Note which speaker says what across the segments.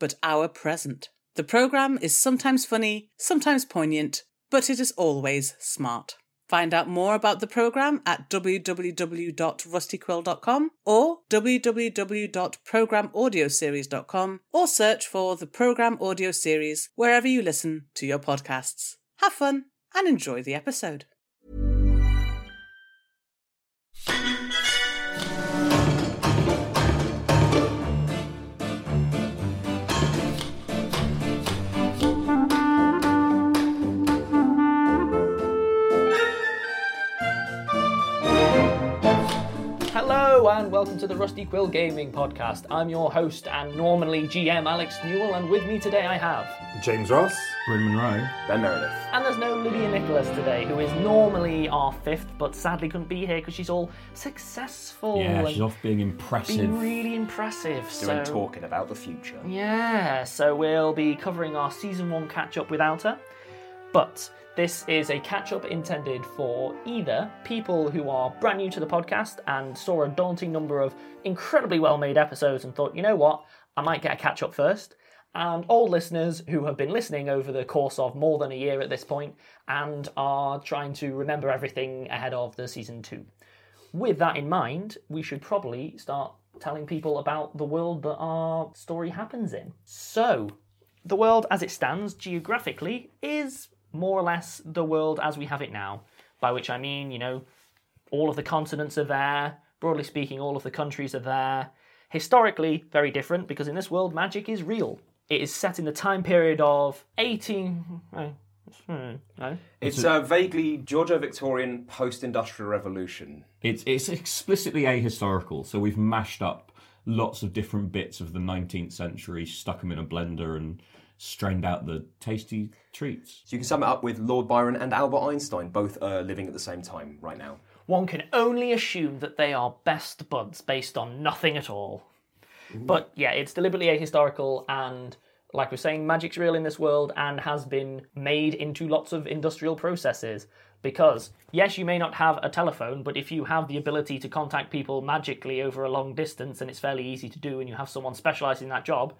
Speaker 1: but our present. The programme is sometimes funny, sometimes poignant, but it is always smart. Find out more about the programme at www.rustyquill.com or www.programaudioseries.com or search for the programme audio series wherever you listen to your podcasts. Have fun and enjoy the episode.
Speaker 2: Hello and welcome to the Rusty Quill Gaming Podcast. I'm your host and normally GM Alex Newell, and with me today I have.
Speaker 3: James Ross.
Speaker 4: Bryn Monroe.
Speaker 5: Ben Meredith.
Speaker 2: And there's no Lydia Nicholas today, who is normally our fifth, but sadly couldn't be here because she's all successful.
Speaker 4: Yeah, she's
Speaker 2: and
Speaker 4: off being impressive.
Speaker 2: Being really impressive. so...
Speaker 5: Doing talking about the future.
Speaker 2: Yeah, so we'll be covering our season one catch up without her. But this is a catch up intended for either people who are brand new to the podcast and saw a daunting number of incredibly well made episodes and thought, you know what, I might get a catch up first. And old listeners who have been listening over the course of more than a year at this point and are trying to remember everything ahead of the season two. With that in mind, we should probably start telling people about the world that our story happens in. So, the world as it stands geographically is more or less the world as we have it now, by which I mean, you know, all of the continents are there, broadly speaking, all of the countries are there. Historically, very different because in this world, magic is real. It is set in the time period of hmm, 18. No, no.
Speaker 5: It's uh, vaguely Georgia Victorian post industrial revolution.
Speaker 4: It's it's explicitly ahistorical, so we've mashed up lots of different bits of the 19th century, stuck them in a blender, and strained out the tasty treats.
Speaker 5: So you can sum it up with Lord Byron and Albert Einstein both uh, living at the same time right now.
Speaker 2: One can only assume that they are best buds based on nothing at all. But yeah, it's deliberately ahistorical and like we're saying, magic's real in this world and has been made into lots of industrial processes. Because, yes, you may not have a telephone, but if you have the ability to contact people magically over a long distance and it's fairly easy to do and you have someone specialised in that job,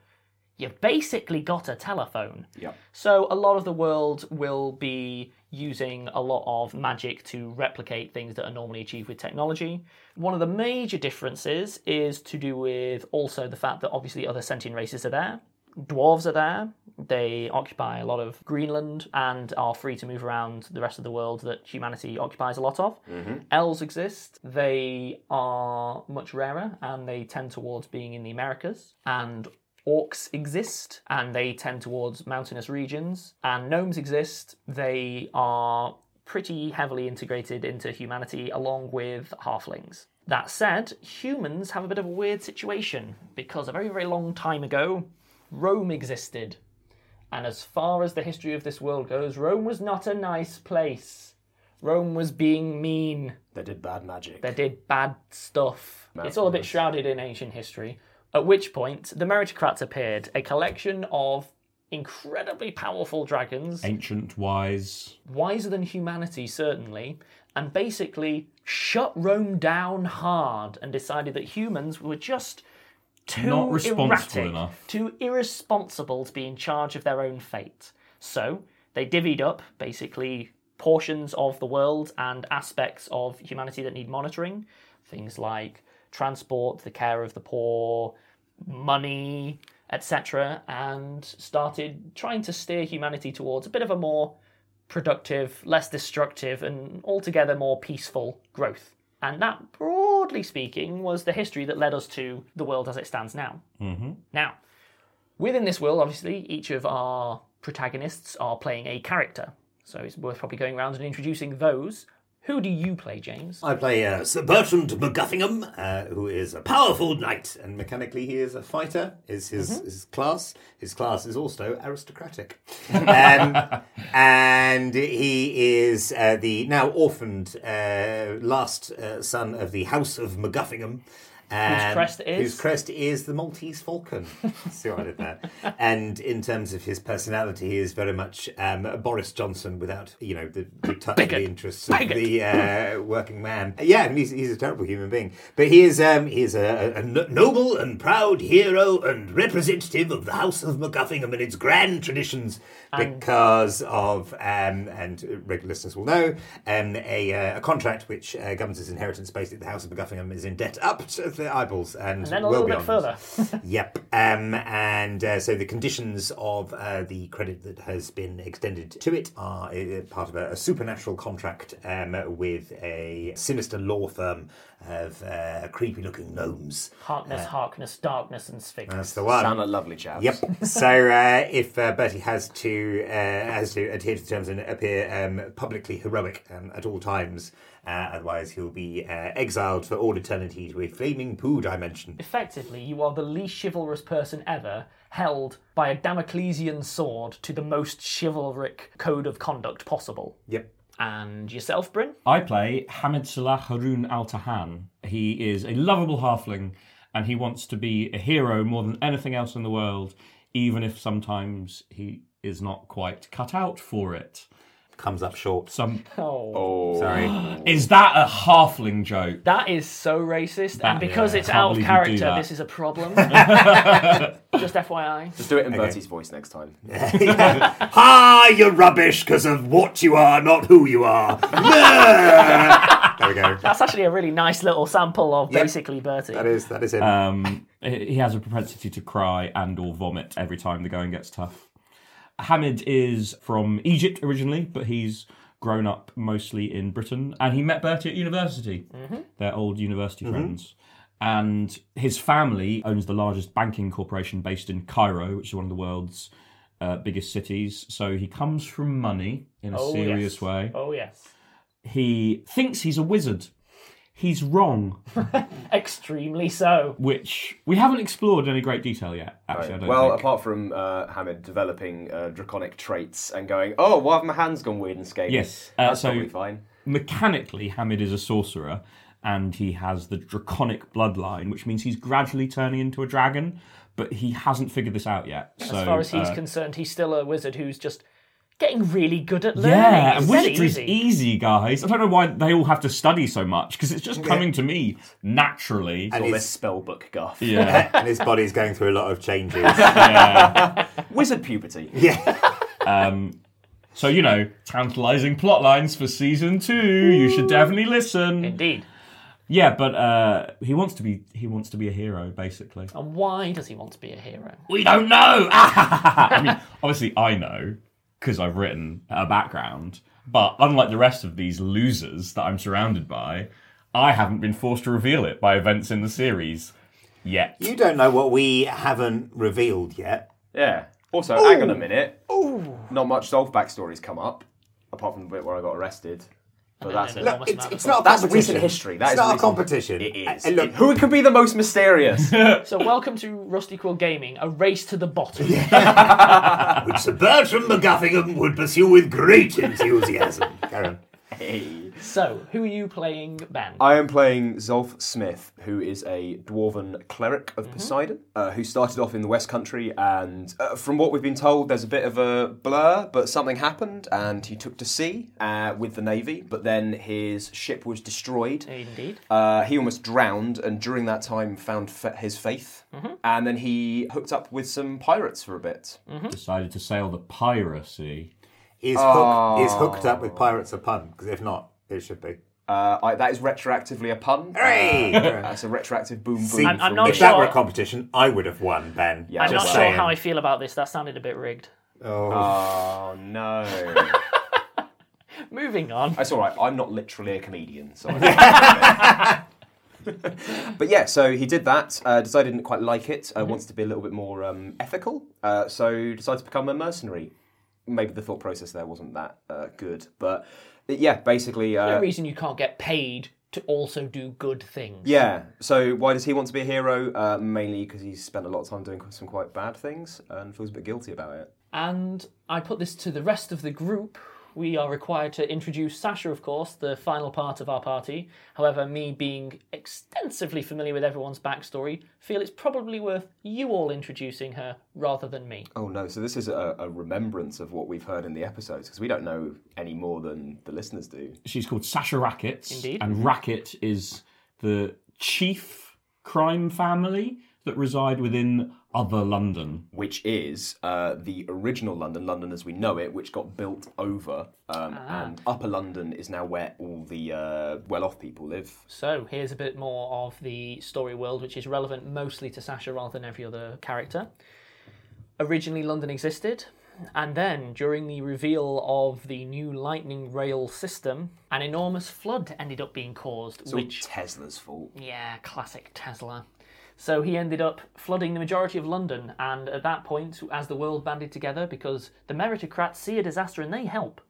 Speaker 2: you've basically got a telephone.
Speaker 5: Yep.
Speaker 2: So a lot of the world will be using a lot of magic to replicate things that are normally achieved with technology. One of the major differences is to do with also the fact that obviously other sentient races are there. Dwarves are there. They occupy a lot of Greenland and are free to move around the rest of the world that humanity occupies a lot of. Elves exist. They are much rarer and they tend towards being in the Americas. And orcs exist and they tend towards mountainous regions and gnomes exist they are pretty heavily integrated into humanity along with halflings that said humans have a bit of a weird situation because a very very long time ago rome existed and as far as the history of this world goes rome was not a nice place Rome was being mean.
Speaker 5: They did bad magic.
Speaker 2: They did bad stuff. It's all a bit shrouded in ancient history. At which point, the meritocrats appeared, a collection of incredibly powerful dragons,
Speaker 4: Ancient, wise.
Speaker 2: wiser than humanity, certainly, and basically shut Rome down hard and decided that humans were just too
Speaker 4: Not responsible
Speaker 2: erratic,
Speaker 4: enough.
Speaker 2: too irresponsible to be in charge of their own fate. So they divvied up basically portions of the world and aspects of humanity that need monitoring, things like transport, the care of the poor, money, etc., and started trying to steer humanity towards a bit of a more productive, less destructive, and altogether more peaceful growth. And that, broadly speaking, was the history that led us to the world as it stands now.
Speaker 4: Mm-hmm.
Speaker 2: Now, within this world, obviously, each of our protagonists are playing a character. So it's worth probably going around and introducing those. Who do you play, James?
Speaker 3: I play uh, Sir Bertrand McGuffingham, uh, who is a powerful knight, and mechanically he is a fighter. Is his
Speaker 2: Mm-hmm.
Speaker 3: his class? His class is also aristocratic, um, and he is uh, the now orphaned uh, last uh, son of the House of McGuffingham. um,
Speaker 2: crest is?
Speaker 3: Whose crest is the Maltese falcon. See what I did there. And in terms of his personality, he is very much um, Boris Johnson without, you know, the, the touch of the interests of
Speaker 2: Bigot.
Speaker 3: the uh, working man. Yeah, I mean, he's, he's a terrible human being, but he is um, he is a, a no- noble and proud hero and representative of the House of MacGuffingham and its grand traditions because of um, and regular listeners will know um, a, uh, a contract which uh, governs his inheritance. Basically, the House of MacGuffingham is in debt up to the eyeballs and,
Speaker 2: and then a
Speaker 3: well
Speaker 2: little bit
Speaker 3: beyond.
Speaker 2: further.
Speaker 3: Yep. Um, and uh, so the conditions of uh, the credit that has been extended to it are uh, part of a, a supernatural contract um, with a sinister law firm of uh, creepy looking gnomes.
Speaker 2: Harkness, Harkness, Darkness, and Sphinx.
Speaker 3: That's the one.
Speaker 5: Sound like lovely chaps.
Speaker 3: Yep. so uh, if uh, Bertie has to uh, has to adhere to the terms and appear um, publicly heroic um, at all times, uh, otherwise he'll be uh, exiled for all eternity to a flaming poo dimension.
Speaker 2: Effectively, you are the least chivalrous person ever held by a Damoclesian sword to the most chivalric code of conduct possible.
Speaker 3: Yep.
Speaker 2: And yourself, Bryn?
Speaker 4: I play Hamid Salah Harun Al Tahan. He is a lovable halfling and he wants to be a hero more than anything else in the world, even if sometimes he is not quite cut out for it.
Speaker 3: Comes up short.
Speaker 4: Some
Speaker 2: Oh.
Speaker 3: Sorry.
Speaker 4: is that a halfling joke?
Speaker 2: That is so racist. and because
Speaker 4: yeah,
Speaker 2: it's
Speaker 4: I can't
Speaker 2: out of
Speaker 4: believe you do
Speaker 2: character,
Speaker 4: that.
Speaker 2: this is a problem. Just FYI.
Speaker 5: Just do it in Bertie's voice next time.
Speaker 3: Ah, you're rubbish because of what you are, not who you are. there we go.
Speaker 2: That's actually a really nice little sample of basically Bertie.
Speaker 3: That is that is it.
Speaker 4: Um, he has a propensity to cry and or vomit every time the going gets tough. Hamid is from Egypt originally, but he's grown up mostly in Britain, and he met Bertie at university.
Speaker 2: Mm-hmm.
Speaker 4: They're old university
Speaker 5: Mm-hmm.
Speaker 4: friends. And his family owns the largest banking corporation based in Cairo, which is one of the world's uh, biggest cities. So he comes from money in a
Speaker 2: Oh,
Speaker 4: serious
Speaker 2: yes.
Speaker 4: way.
Speaker 2: Oh, yes.
Speaker 4: He thinks he's a wizard. He's wrong
Speaker 2: Extremely so.
Speaker 4: which we haven't explored in any great detail yet. Actually, I don't
Speaker 5: Well,
Speaker 4: think.
Speaker 5: apart from uh, Hamid developing uh, draconic traits and going, oh, why have my hands gone weird and scaly?
Speaker 4: Yes, uh,
Speaker 5: that's
Speaker 4: so-
Speaker 5: probably fine.
Speaker 4: mechanically, Hamid is a sorcerer, and he has the draconic bloodline, which means he's gradually turning into a dragon, but he hasn't figured this out yet. So,
Speaker 2: as far as he's
Speaker 4: uh,
Speaker 2: concerned, he's still a wizard who's just getting really good at learning.
Speaker 4: yeah,
Speaker 2: It's
Speaker 4: and
Speaker 2: dead
Speaker 4: wizardry's easy. guys. I don't know why they all have to study so much because it's just coming to me naturally.
Speaker 3: and,
Speaker 5: Or this
Speaker 3: his,
Speaker 5: spell book guff.
Speaker 4: Yeah.
Speaker 3: and his body's going through a lot of changes.
Speaker 5: Wizard puberty.
Speaker 3: yeah.
Speaker 4: So you know, tantalising plot lines for season two. You should definitely listen.
Speaker 2: Indeed.
Speaker 4: Yeah, but uh, he wants to be he wants to be a hero, basically.
Speaker 2: And why does he want to be a hero?
Speaker 4: we don't know. I mean, obviously, I know because I've written a background, but unlike the rest of these losers that I'm surrounded by, I haven't been forced to reveal it by events in the series yet.
Speaker 3: You don't know what we haven't revealed yet.
Speaker 5: Yeah. Also, hang on a minute. Not much Dolph backstory's come up, apart from the bit where I got arrested. But that's it.
Speaker 3: Look, it's, it's not a
Speaker 5: That's
Speaker 3: competition.
Speaker 5: recent history. That
Speaker 3: it's
Speaker 5: is
Speaker 3: not
Speaker 5: recent-
Speaker 3: a competition.
Speaker 5: It is.
Speaker 3: And look,
Speaker 5: Who could be the most mysterious?
Speaker 2: So, welcome to Rusty Quill Gaming, a race to the bottom.
Speaker 3: which Sir Bertram McGuffingham would pursue with great enthusiasm. Karen.
Speaker 5: Hey.
Speaker 2: So, who are you playing, Ben?
Speaker 5: I am playing Zolf Smith, who is a dwarven cleric of Poseidon, uh, who started off in the West Country. And uh, from what we've been told, there's a bit of a blur, but something happened, and he took to sea uh, with the navy. But then his ship was destroyed.
Speaker 2: Indeed.
Speaker 5: Uh, he almost drowned, and during that time, found fa- his faith. And then he hooked up with some pirates for a bit.
Speaker 4: Mm-hmm. Decided to sail the piracy.
Speaker 3: Is, hook, is hooked up
Speaker 5: Oh.
Speaker 3: with pirates a pun? Because if not, it should be.
Speaker 5: Uh, I, that is retroactively a pun.
Speaker 3: Hooray!
Speaker 5: Uh, that's a retroactive boom boom.
Speaker 3: See,
Speaker 2: I'm- I'm
Speaker 5: from
Speaker 2: not
Speaker 5: me.
Speaker 3: if that
Speaker 2: sure-
Speaker 3: were a competition, I would have won, Ben.
Speaker 5: Yeah,
Speaker 2: I'm
Speaker 5: Just
Speaker 2: not sure
Speaker 3: saying.
Speaker 2: how I feel about this. That sounded a bit rigged.
Speaker 3: Oh.
Speaker 5: Oh no.
Speaker 2: Moving on.
Speaker 5: That's all right. I'm not literally a comedian, so. I- but yeah, so he did that. Uh, decided he didn't quite like it. Uh, Wanted to be a little bit more um, ethical. Uh, so decided to become a mercenary. Maybe the thought process there wasn't that uh, good, but yeah, basically. Uh,
Speaker 2: The reason you can't get paid to also do good things.
Speaker 5: yeah. So why does he want to be a hero? Uh, mainly because he's spent a lot of time doing some quite bad things and feels a bit guilty about it.
Speaker 2: And I put this to the rest of the group. We are required to introduce Sasha, of course, the final part of our party. However, me being extensively familiar with everyone's backstory, feel it's probably worth you all introducing her rather than me.
Speaker 5: Oh no! So this is a, a remembrance of what we've heard in the episodes because we don't know any more than the listeners do.
Speaker 4: She's called Sasha Racket.
Speaker 2: Indeed.
Speaker 4: And Racket is the chief crime family that reside within other London.
Speaker 5: which is uh, the original London, London as we know it, which got built over, um, and Upper London is now where all the uh, well-off people live.
Speaker 2: So here's a bit more of the story world, which is relevant mostly to Sasha rather than every other character. Originally, London existed, and then during the reveal of the new lightning rail system, an enormous flood ended up being caused,
Speaker 5: It's all
Speaker 2: which
Speaker 5: Tesla's fault.
Speaker 2: yeah, classic Tesla. So he ended up flooding the majority of London, and at that point, as the world banded together, because the meritocrats see a disaster and they help,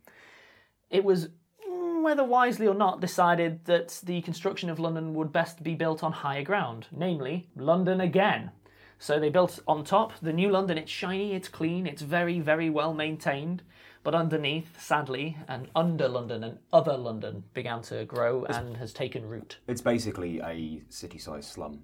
Speaker 2: it was, mm, whether wisely or not, decided that the construction of London would best be built on higher ground, namely London again. So they built on top the new London. It's shiny, it's clean, it's very, very well maintained. But underneath, sadly, and under London and other London began to grow and has taken root.
Speaker 5: It's basically a city-sized slum.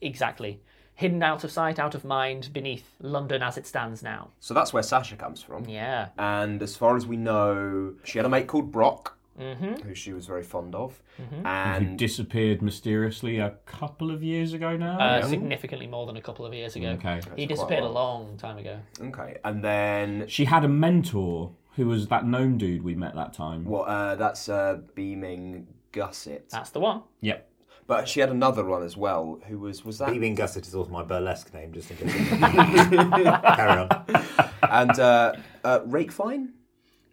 Speaker 2: Exactly. Hidden out of sight, out of mind, beneath London as it stands now.
Speaker 5: So that's where Sasha comes from.
Speaker 2: Yeah.
Speaker 5: And as far as we know, she had a mate called Brock,
Speaker 2: Mm-hmm.
Speaker 5: who she was very fond of, and
Speaker 4: Who disappeared mysteriously a couple of years ago now.
Speaker 2: Uh, significantly more than a couple of years ago.
Speaker 4: Okay.
Speaker 2: He disappeared a long time ago.
Speaker 5: okay, and then
Speaker 4: she had a mentor who was that gnome dude we met that time.
Speaker 5: what? uh, that's uh, beaming Gusset.
Speaker 2: That's the one.
Speaker 4: Yep.
Speaker 5: But she had another one as well, who was was that
Speaker 3: Beaming Gusset is also my burlesque name, just in case. Carry on.
Speaker 5: and uh, uh, Rakefine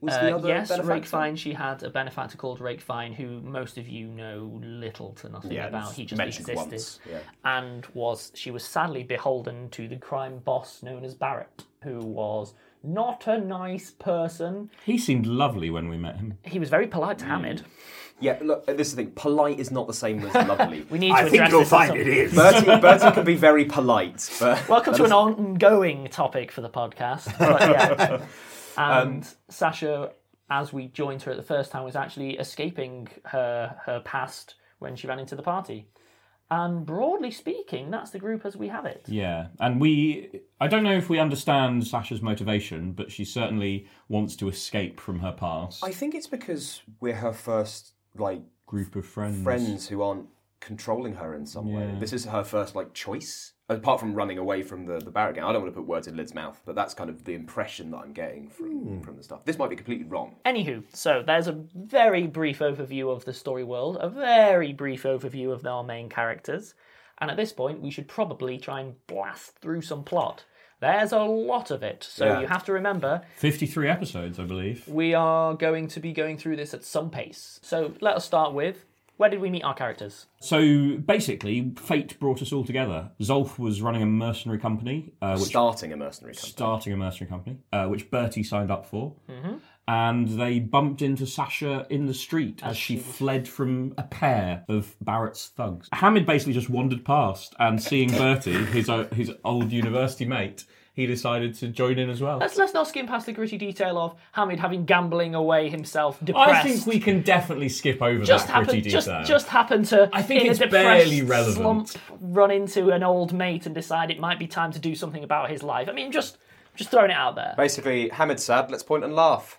Speaker 5: was the
Speaker 2: Uh,
Speaker 5: other
Speaker 2: yes, Rake
Speaker 5: benefactor?
Speaker 2: Fine. She had a benefactor called Rake Fine, who most of you know little to nothing
Speaker 5: Yeah,
Speaker 2: about.
Speaker 5: it's
Speaker 2: He just
Speaker 5: mentioned
Speaker 2: existed,
Speaker 5: once, yeah.
Speaker 2: and was she was sadly beholden to the crime boss known as Barrett, who was not a nice person.
Speaker 4: He seemed lovely when we met him.
Speaker 2: He was very polite
Speaker 5: Hmm.
Speaker 2: to Hamid.
Speaker 5: Yeah, look, this is the thing. Polite is not the same as lovely.
Speaker 2: We need to
Speaker 3: I
Speaker 2: address
Speaker 3: think you'll
Speaker 2: this at
Speaker 3: find
Speaker 2: some-
Speaker 3: it is.
Speaker 5: Bertie, Bertie can be very polite, but
Speaker 2: Welcome to an ongoing topic for the podcast. But yeah. And Sasha, as we joined her at the first time, was actually escaping her her past when she ran into the party. And broadly speaking, that's the group as we have it.
Speaker 4: Yeah, and we. I don't know if we understand Sasha's motivation, but she certainly wants to escape from her past.
Speaker 5: I think it's because we're her first like
Speaker 4: Group of friends.
Speaker 5: friends who aren't controlling her in some way.
Speaker 4: Yeah.
Speaker 5: This is her first like choice, apart from running away from the the Barrett gang. I don't want to put words in Lid's mouth, but that's kind of the impression that I'm getting from
Speaker 4: Hmm.
Speaker 5: from the stuff. This might be completely wrong.
Speaker 2: Anywho, so there's a very brief overview of the story world, a very brief overview of our main characters, and at this point, we should probably try and blast through some plot. There's a lot of it, so
Speaker 5: Yeah.
Speaker 2: you have to remember
Speaker 4: 53 episodes, I believe.
Speaker 2: We are going to be going through this at some pace. So let us start with where did we meet our characters?
Speaker 4: So basically, fate brought us all together. Zolf was running a mercenary company, uh, which
Speaker 5: Starting a mercenary company.
Speaker 4: starting a mercenary company, uh, which Bertie signed up for,
Speaker 2: Mm-hmm.
Speaker 4: and they bumped into Sasha in the street as she fled from a pair of Barrett's thugs. Hamid basically just wandered past and seeing Bertie, his o- his old uh, university mate, he
Speaker 6: he decided to join in as well.
Speaker 2: Let's let's not skim past the gritty detail of Hamid having gambling away himself, depressed.
Speaker 6: I think we can definitely skip over
Speaker 2: just
Speaker 6: that pretty
Speaker 2: happened just
Speaker 6: detail.
Speaker 2: just happened to
Speaker 6: I think
Speaker 2: in
Speaker 6: it's
Speaker 2: a depressed
Speaker 6: barely relevant.
Speaker 2: slump run into an old mate and decide it might be time to do something about his life. I mean, just just throwing it out there.
Speaker 5: Basically, Hamid's sad. Let's point and laugh.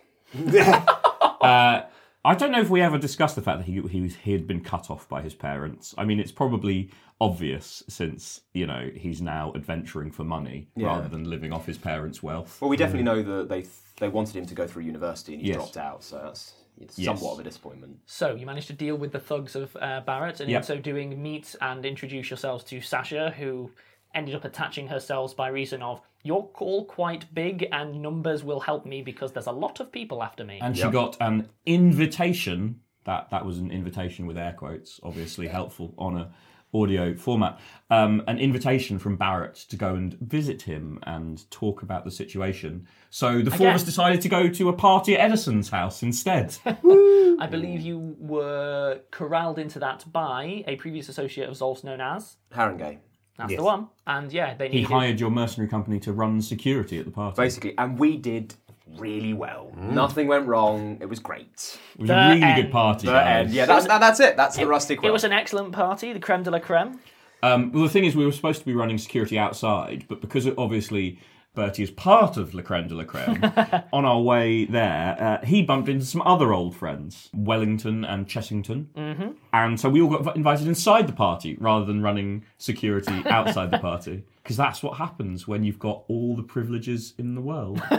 Speaker 4: I don't know if we ever discussed the fact that he he, was, he had been cut off by his parents. I mean, it's probably obvious since you know he's now adventuring for money rather than living off his parents' wealth.
Speaker 5: Well, we definitely know that they they wanted him to go through university and he
Speaker 4: Hmm. Yes.
Speaker 5: dropped out, so that's it's
Speaker 4: Yes.
Speaker 5: somewhat of a disappointment.
Speaker 2: So you managed to deal with the thugs of uh, Barrett, and
Speaker 4: Yep.
Speaker 2: in so doing, meet and introduce yourselves to Sasha, who ended up attaching herself by reason of you're all quite big and numbers will help me because there's a lot of people after me.
Speaker 4: and she got an invitation. That that was an invitation with air quotes, obviously helpful on a audio format. Um, an invitation from Barrett to go and visit him and talk about the situation. So the four
Speaker 2: Again.
Speaker 4: of us decided to go to a party at Edison's house instead.
Speaker 2: I believe you were corralled into that by a previous associate of Zolf's known as.
Speaker 5: Harringay,
Speaker 2: That's the one. And yeah, they
Speaker 4: he
Speaker 2: needed.
Speaker 4: hired your mercenary company to run security at the party.
Speaker 5: basically, and we did really well.
Speaker 4: Hmm.
Speaker 5: Nothing went wrong. It was great.
Speaker 4: It was a
Speaker 2: The
Speaker 4: really
Speaker 2: end.
Speaker 4: good party.
Speaker 5: The
Speaker 4: guys.
Speaker 5: end. Yeah, that's that, that's it. That's the rusty
Speaker 2: It
Speaker 5: quill.
Speaker 2: was an excellent party, the creme de la creme.
Speaker 4: Um, well, the thing is, we were supposed to be running security outside, but because it, obviously Bertie is part of La Creme de la Creme, on our way there, uh, he bumped into some other old friends, Wellington and Chessington. Mm-hmm. And so we all got v- invited inside the party rather than running security outside the party. Because that's what happens when you've got all the privileges in the world.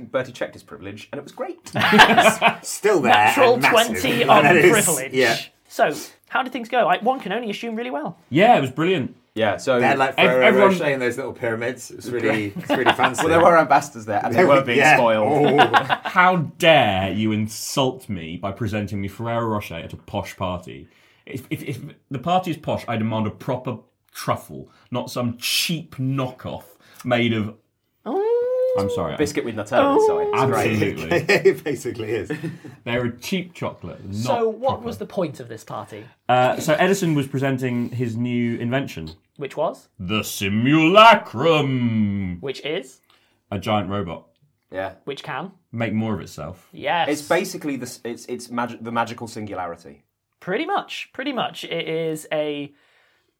Speaker 5: Bertie checked his privilege, and it was great.
Speaker 3: Still there.
Speaker 2: Troll
Speaker 3: and massive.
Speaker 2: 20
Speaker 3: Yeah,
Speaker 2: on
Speaker 3: that is-
Speaker 2: privilege.
Speaker 3: Yeah.
Speaker 2: So, how did things go? I, one can only assume really well.
Speaker 4: yeah, it was brilliant.
Speaker 5: yeah. So
Speaker 3: They're like
Speaker 4: Ev-
Speaker 3: Ferrero
Speaker 4: everyone-
Speaker 3: Rocher in those little pyramids. It's really, it's really fancy.
Speaker 5: well, there were ambassadors there, and they were being
Speaker 3: Yeah.
Speaker 5: spoiled.
Speaker 3: Oh.
Speaker 4: How dare you insult me by presenting me Ferrero Rocher at a posh party? If, if, if the party is posh, I demand a proper truffle, not some cheap knockoff made of.
Speaker 2: Oh.
Speaker 4: I'm sorry. I'm-
Speaker 5: Biscuit with Nutella inside. It's great.
Speaker 4: Absolutely.
Speaker 3: it basically is.
Speaker 4: They're a cheap chocolate. Not
Speaker 2: so, what was the point of this party?
Speaker 4: Uh, so Edison was presenting his new invention,
Speaker 2: Which was?
Speaker 4: the simulacrum,
Speaker 2: Which is?
Speaker 4: a giant robot.
Speaker 5: Yeah.
Speaker 2: Which can?
Speaker 4: Make more of itself.
Speaker 2: Yes.
Speaker 5: It's basically this. It's it's magic. The magical singularity.
Speaker 2: Pretty much. Pretty much. It is a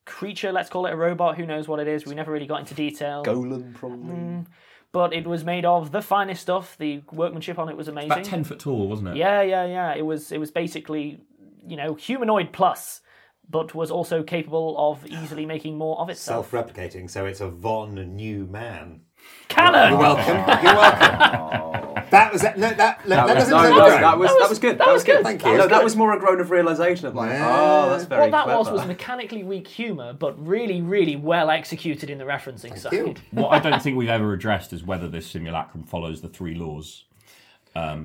Speaker 2: creature, let's call it a robot, who knows what it is. We never really got into detail.
Speaker 5: Golem, probably.
Speaker 2: But it was made of the finest stuff. The workmanship on it was amazing.
Speaker 4: About ten foot tall, wasn't it?
Speaker 2: Yeah, yeah, yeah. It was it was basically, you know, humanoid plus, but was also capable of easily making more of itself.
Speaker 3: Self-replicating, so it's a Von New Man.
Speaker 2: Cannon.
Speaker 3: You're welcome. You're welcome. that was that. No, that, no, that,
Speaker 5: That was,
Speaker 3: doesn't
Speaker 5: no,
Speaker 3: sound
Speaker 5: no,
Speaker 3: right.
Speaker 5: that was that was good. That, was good.
Speaker 3: Thank
Speaker 5: No,
Speaker 3: you.
Speaker 5: that was more a groan of realization of like, oh, that's very
Speaker 2: what that was
Speaker 5: clever.
Speaker 2: was mechanically weak humor, but really, really well executed in the referencing side.
Speaker 4: What I don't think we've ever addressed is whether this simulacrum follows the three laws.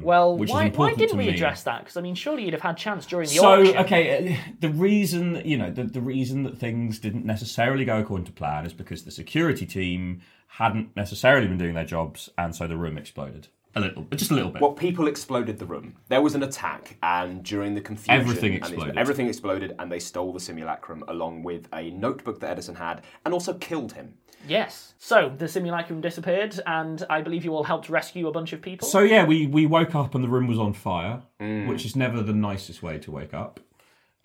Speaker 2: Well,
Speaker 4: Which is
Speaker 2: why, why
Speaker 4: important
Speaker 2: didn't
Speaker 4: to
Speaker 2: we
Speaker 4: me.
Speaker 2: address that? Because I mean, surely you'd have had chance during the
Speaker 4: so
Speaker 2: auction.
Speaker 4: okay uh, the reason you know the, the reason that things didn't necessarily go according to plan is because the security team hadn't necessarily been doing their jobs and so the room exploded a little just a little bit
Speaker 5: Well, people exploded the room. There was an attack, and during the confusion,
Speaker 4: Everything
Speaker 5: and they-
Speaker 4: exploded.
Speaker 5: everything exploded, and they stole the simulacrum along with a notebook that Edison had, and also killed him.
Speaker 2: Yes. So the simulacrum disappeared, and I believe you all helped rescue a bunch of people.
Speaker 4: so yeah we we woke up and the room was on fire
Speaker 2: Mm.
Speaker 4: which is never the nicest way to wake up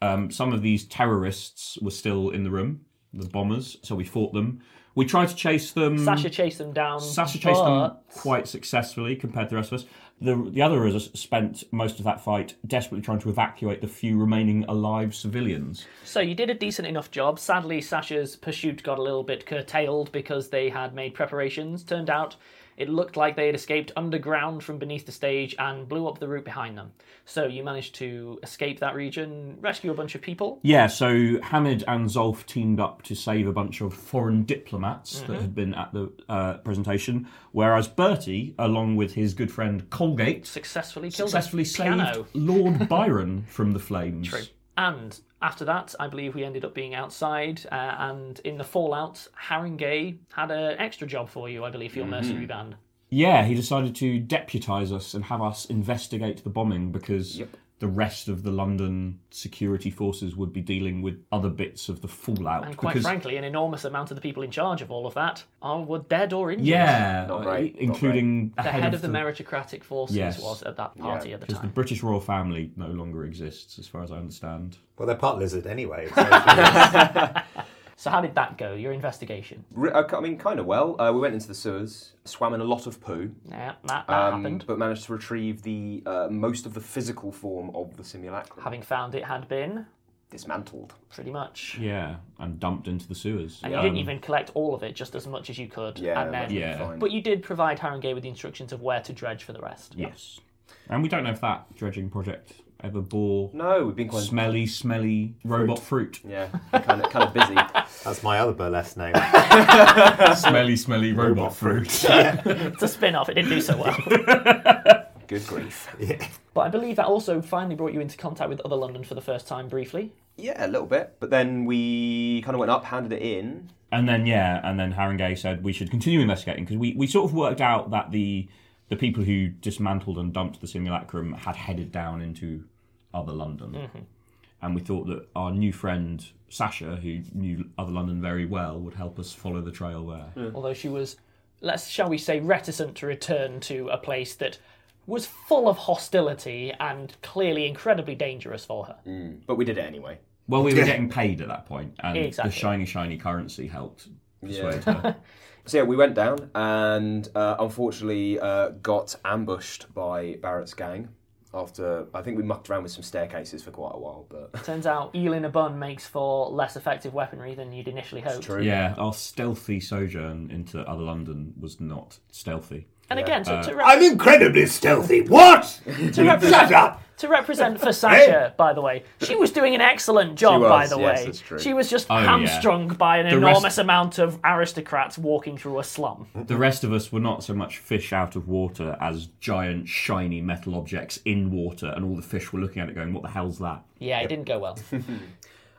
Speaker 4: um, some of these terrorists were still in the room the bombers so we fought them we tried to chase them
Speaker 2: Sasha chased them down.
Speaker 4: Sasha chased them
Speaker 2: but-
Speaker 4: quite successfully compared to the rest of us. The, the other of us spent most of that fight desperately trying to evacuate the few remaining alive civilians.
Speaker 2: So you did a decent enough job. Sadly, Sasha's pursuit got a little bit curtailed because they had made preparations. Turned out it looked like they had escaped underground from beneath the stage and blew up the route behind them. So you managed to escape that region, rescue a bunch of people.
Speaker 4: Yeah, so Hamid and Zolf teamed up to save a bunch of foreign diplomats
Speaker 2: Mm-hmm.
Speaker 4: that had been at the uh, presentation, whereas Bertie, along with his good friend Colgate,
Speaker 2: Successfully killed
Speaker 4: successfully
Speaker 2: a
Speaker 4: saved
Speaker 2: piano.
Speaker 4: Lord Byron from the flames. True.
Speaker 2: And after that, I believe we ended up being outside. Uh, and in the fallout, Haringey had an extra job for you, I believe, for your mercenary
Speaker 4: Mm-hmm.
Speaker 2: band.
Speaker 4: Yeah, he decided to deputise us and have us investigate the bombing because the rest of the London security forces would be dealing with other bits of the fallout.
Speaker 2: And quite
Speaker 4: because-
Speaker 2: frankly, an enormous amount of the people in charge of all of that are were dead or injured.
Speaker 4: yeah, uh,
Speaker 5: Not right, not
Speaker 4: including
Speaker 2: The head of the
Speaker 4: the
Speaker 2: meritocratic forces
Speaker 4: Yes.
Speaker 2: was at that party at the
Speaker 4: because the
Speaker 2: time.
Speaker 4: British royal family no longer exists, as far as I understand.
Speaker 3: Well, they're part lizard anyway. so-
Speaker 2: So how did that go? Your investigation?
Speaker 5: Re- uh, I mean, kind of well. Uh, we went into the sewers, swam in a lot of poo,
Speaker 2: Yeah, that, that
Speaker 5: um,
Speaker 2: happened.
Speaker 5: but managed to retrieve the uh, most of the physical form of the simulacrum,
Speaker 2: Having found it had been
Speaker 5: dismantled.
Speaker 2: pretty much.
Speaker 4: Yeah, and dumped into the sewers.
Speaker 2: And you didn't even collect all of it, just as much as you could.
Speaker 5: Yeah,
Speaker 2: and then,
Speaker 5: that'd be
Speaker 4: Yeah.
Speaker 5: fine.
Speaker 2: But you did provide Harringay with the instructions of where to dredge for the rest.
Speaker 4: Yes, Uh, and we don't know if that dredging project ever bore
Speaker 5: no, we've been quite
Speaker 4: smelly, smelly robot fruit.
Speaker 5: yeah, kind of kind of busy.
Speaker 3: That's my other burlesque name.
Speaker 4: smelly, smelly robot fruit.
Speaker 2: It's a spin off, it didn't do so well.
Speaker 5: Good grief.
Speaker 2: but I believe that also finally brought you into contact with Other London for the first time briefly.
Speaker 5: Yeah, a little bit. But then we kind of went up, handed it in.
Speaker 4: And then yeah, and then Haringey said we should continue investigating because we, we sort of worked out that the the people who dismantled and dumped the simulacrum had headed down into other London, and we thought that our new friend Sasha, who knew other London very well, would help us follow the trail there.
Speaker 2: Although she was, let's shall we say, reticent to return to a place that was full of hostility and clearly incredibly dangerous for her.
Speaker 5: But we did it anyway.
Speaker 4: Well, we were getting paid at that point, and
Speaker 2: Exactly.
Speaker 4: the shiny shiny currency helped. Persuade her.
Speaker 5: So yeah, we went down and uh, unfortunately uh, got ambushed by Barrett's gang. After I think we mucked around with some staircases for quite a while, but
Speaker 2: Turns out eel in a bun makes for less effective weaponry than you'd initially hoped.
Speaker 5: true.
Speaker 4: yeah, our stealthy sojourn into other London was not stealthy.
Speaker 2: And again,
Speaker 5: Uh,
Speaker 2: to, to,
Speaker 3: I'm
Speaker 2: re-
Speaker 3: incredibly stealthy. What? Shut up.
Speaker 2: to represent for Sasha, by the way, she was doing an excellent job,
Speaker 5: was,
Speaker 2: by the
Speaker 5: yes,
Speaker 2: way.
Speaker 5: that's true. Oh,
Speaker 2: She was just
Speaker 4: yeah.
Speaker 2: hamstrung by an
Speaker 4: The rest-
Speaker 2: enormous amount of aristocrats walking through a slum.
Speaker 5: Mm.
Speaker 4: The rest of us were not so much fish out of water as giant, shiny metal objects in water, and all the fish were looking at it going, What the hell's that?
Speaker 2: Yeah, it didn't go well.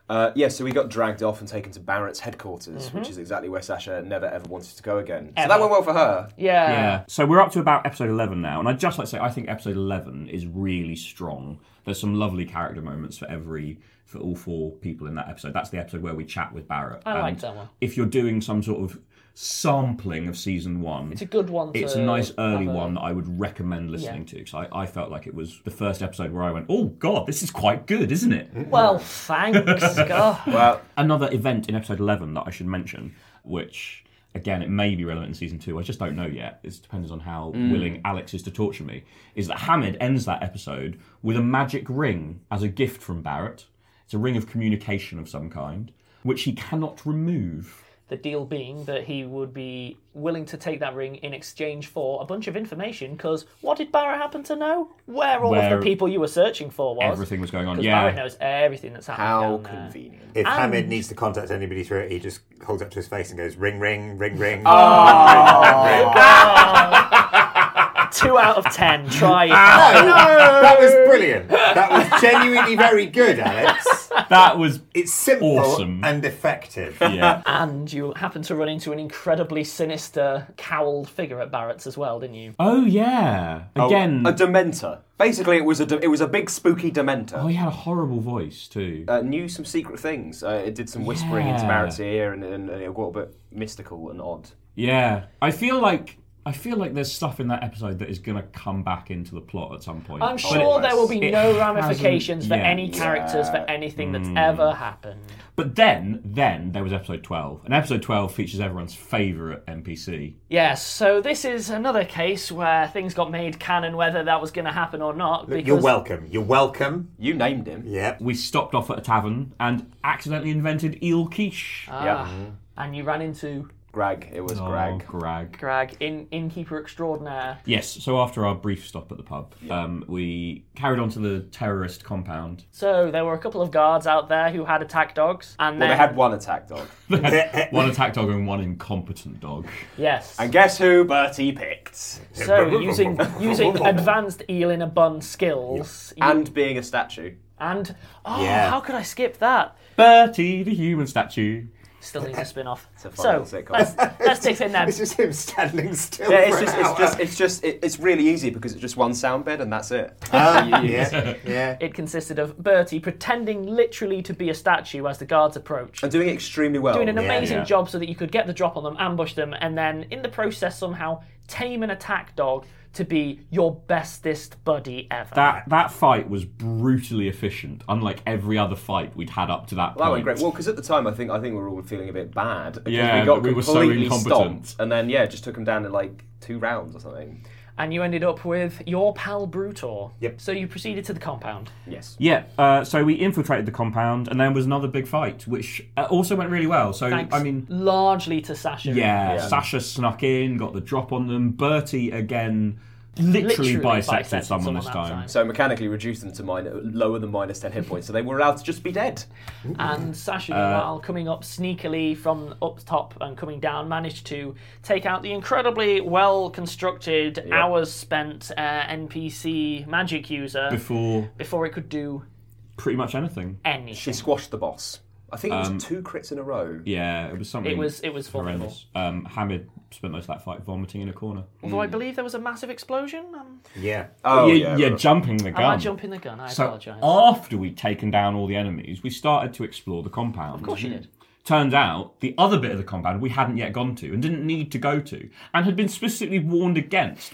Speaker 5: Uh, yeah, so we got dragged off and taken to Barrett's headquarters,
Speaker 4: Mm-hmm.
Speaker 5: which is exactly where Sasha never ever wanted to go again. So that went well for her.
Speaker 2: Yeah.
Speaker 4: Yeah. So we're up to about episode 11 now, and I'd just like to say I think episode 11 is really strong. There's some lovely character moments for every. For all four people in that episode, that's the episode where we chat with Barrett.
Speaker 2: I liked
Speaker 4: And
Speaker 2: that one.
Speaker 4: If you're doing some sort of sampling of season one,
Speaker 2: It's a good one.
Speaker 4: It's
Speaker 2: to
Speaker 4: a nice early
Speaker 2: have a-
Speaker 4: one that I would recommend listening to because I, I felt like it was the first episode where I went, oh god, this is quite good, isn't it?
Speaker 2: Well, thanks, God.
Speaker 5: Well,
Speaker 4: Another event in episode 11 that I should mention, which again, it may be relevant in season two, I just don't know yet. It depends on how willing Alex is to torture me. Is that Hamid ends that episode with a magic ring as a gift from Barrett. It's a ring of communication of some kind, which he cannot remove.
Speaker 2: The deal being that he would be willing to take that ring in exchange for a bunch of information. Because what did Barrett happen to know? Where all of
Speaker 4: Where
Speaker 2: the people you were searching for was.
Speaker 4: Everything was going on.
Speaker 2: Because
Speaker 4: Yeah.
Speaker 2: Barrett knows everything that's happening.
Speaker 5: how
Speaker 2: down there.
Speaker 5: convenient.
Speaker 3: If Hamid needs to contact anybody through it, he just holds up to his face and goes, ring, ring, ring, ring.
Speaker 5: Oh.
Speaker 4: Oh.
Speaker 2: Two out of ten. Try it.
Speaker 4: Ah.
Speaker 3: No, that was brilliant. That was genuinely very good, Alex.
Speaker 4: That was
Speaker 3: It's simple
Speaker 4: Awesome.
Speaker 3: and effective.
Speaker 4: yeah.
Speaker 2: And you happened to run into an incredibly sinister, cowled figure at Barrett's as well, didn't you?
Speaker 4: Oh yeah. Again,
Speaker 5: a dementor. Basically, it was a de- it was a big spooky dementor.
Speaker 4: Oh, he had a horrible voice too.
Speaker 5: uh, knew some secret things. Uh, it did some whispering into
Speaker 4: Yeah.
Speaker 5: Barrett's ear, and, and, and it got a bit mystical and odd.
Speaker 4: yeah, I feel like I feel like there's stuff in that episode that is going to come back into the plot at some point.
Speaker 2: I'm
Speaker 4: But-
Speaker 2: sure there will be
Speaker 4: Oh, It
Speaker 2: no
Speaker 4: hasn't
Speaker 2: ramifications for
Speaker 4: yet.
Speaker 2: any characters for anything that's
Speaker 5: Hmm.
Speaker 2: ever happened.
Speaker 4: But then, then there was episode 12, and episode 12 features everyone's favourite NPC.
Speaker 2: Yes, so this is another case where things got made canon whether that was going to happen or not. Because
Speaker 3: You're welcome. You're welcome.
Speaker 5: You named him.
Speaker 3: Yep.
Speaker 4: We stopped off at a tavern and accidentally invented eel quiche.
Speaker 5: Yeah.
Speaker 2: And you ran into
Speaker 5: Greg. It was
Speaker 4: Ah.
Speaker 5: Greg.
Speaker 4: Oh, Greg.
Speaker 2: Greg, in, innkeeper extraordinaire.
Speaker 4: Yes. So after our brief stop at the pub, um, we carried on to the terrorist compound.
Speaker 2: So there were a couple of guards out there who had attack dogs, and
Speaker 5: Well,
Speaker 2: then
Speaker 5: they had one attack dog.
Speaker 4: one attack dog and one incompetent dog.
Speaker 2: yes,
Speaker 5: And guess who Bertie picked?
Speaker 2: so using using advanced eel in a bun skills you-
Speaker 5: And being a statue.
Speaker 2: and oh,
Speaker 3: Yeah.
Speaker 2: how could I skip that?
Speaker 4: Bertie, the human statue.
Speaker 2: Still needs a spin off.
Speaker 5: a
Speaker 2: So
Speaker 5: fun sitcom.
Speaker 2: let's, let's dip in then.
Speaker 3: It's just him standing still.
Speaker 5: Yeah, it's
Speaker 3: for
Speaker 5: just,
Speaker 3: an
Speaker 5: it's
Speaker 3: hour.
Speaker 5: just, it's just, it, it's really easy because it's just one sound bed and that's it.
Speaker 3: Ah, yeah, yeah.
Speaker 2: It consisted of Bertie pretending literally to be a statue as the guards approach.
Speaker 5: And doing it extremely well.
Speaker 2: doing an
Speaker 3: yeah,
Speaker 2: amazing
Speaker 4: Oh, yeah.
Speaker 2: job so that you could get the drop on them, ambush them, and then in the process somehow tame an attack dog to be your bestest buddy ever.
Speaker 4: That that fight was brutally efficient, unlike every other fight we'd had up to that
Speaker 5: That went
Speaker 4: point.
Speaker 5: great. Well, because at the time, I think I think we were all feeling a bit bad. because
Speaker 4: Yeah,
Speaker 5: we got
Speaker 4: that we were so
Speaker 5: completely
Speaker 4: incompetent.
Speaker 5: stomped, and then yeah, just took him down in like two rounds or something.
Speaker 2: and you ended up with your pal Brutor.
Speaker 3: Yep.
Speaker 2: So you proceeded to the compound.
Speaker 5: Yes.
Speaker 4: Yeah, uh, so we infiltrated the compound, and then was another big fight, which uh, also went really well. So
Speaker 2: Thanks
Speaker 4: I mean,
Speaker 2: largely to Sasha.
Speaker 4: yeah, Sasha snuck in, got the drop on them. Bertie again, literally,
Speaker 2: Literally
Speaker 4: bisected,
Speaker 2: bisected
Speaker 4: someone this
Speaker 2: someone that
Speaker 4: time.
Speaker 2: time.
Speaker 5: So mechanically reduced them to minor, lower than minus ten hit points, so they were allowed to just be dead.
Speaker 2: And Sasha, meanwhile, coming up sneakily from up top and coming down, managed to take out the incredibly well constructed, hours spent uh, NPC magic user
Speaker 4: Before
Speaker 2: before it could do
Speaker 4: pretty much anything.
Speaker 2: anything.
Speaker 5: She squashed the boss. I think it was two crits in a row.
Speaker 4: Um, Yeah, it was something.
Speaker 2: It was- it was horrible.
Speaker 4: horrendous. Um, Hamid spent most of that fight vomiting in a corner.
Speaker 2: Although I believe there was a massive explosion. Um,
Speaker 3: Yeah.
Speaker 5: Oh
Speaker 4: yeah,
Speaker 5: yeah,
Speaker 4: yeah, jumping the
Speaker 2: am I
Speaker 4: gun.
Speaker 2: jumping the gun? I
Speaker 4: So
Speaker 2: apologise.
Speaker 4: after we'd taken down all the enemies, we started to explore the compound. Of
Speaker 2: course you did.
Speaker 4: Turned out the other bit of the compound we hadn't yet gone to and didn't need to go to, and had been specifically warned against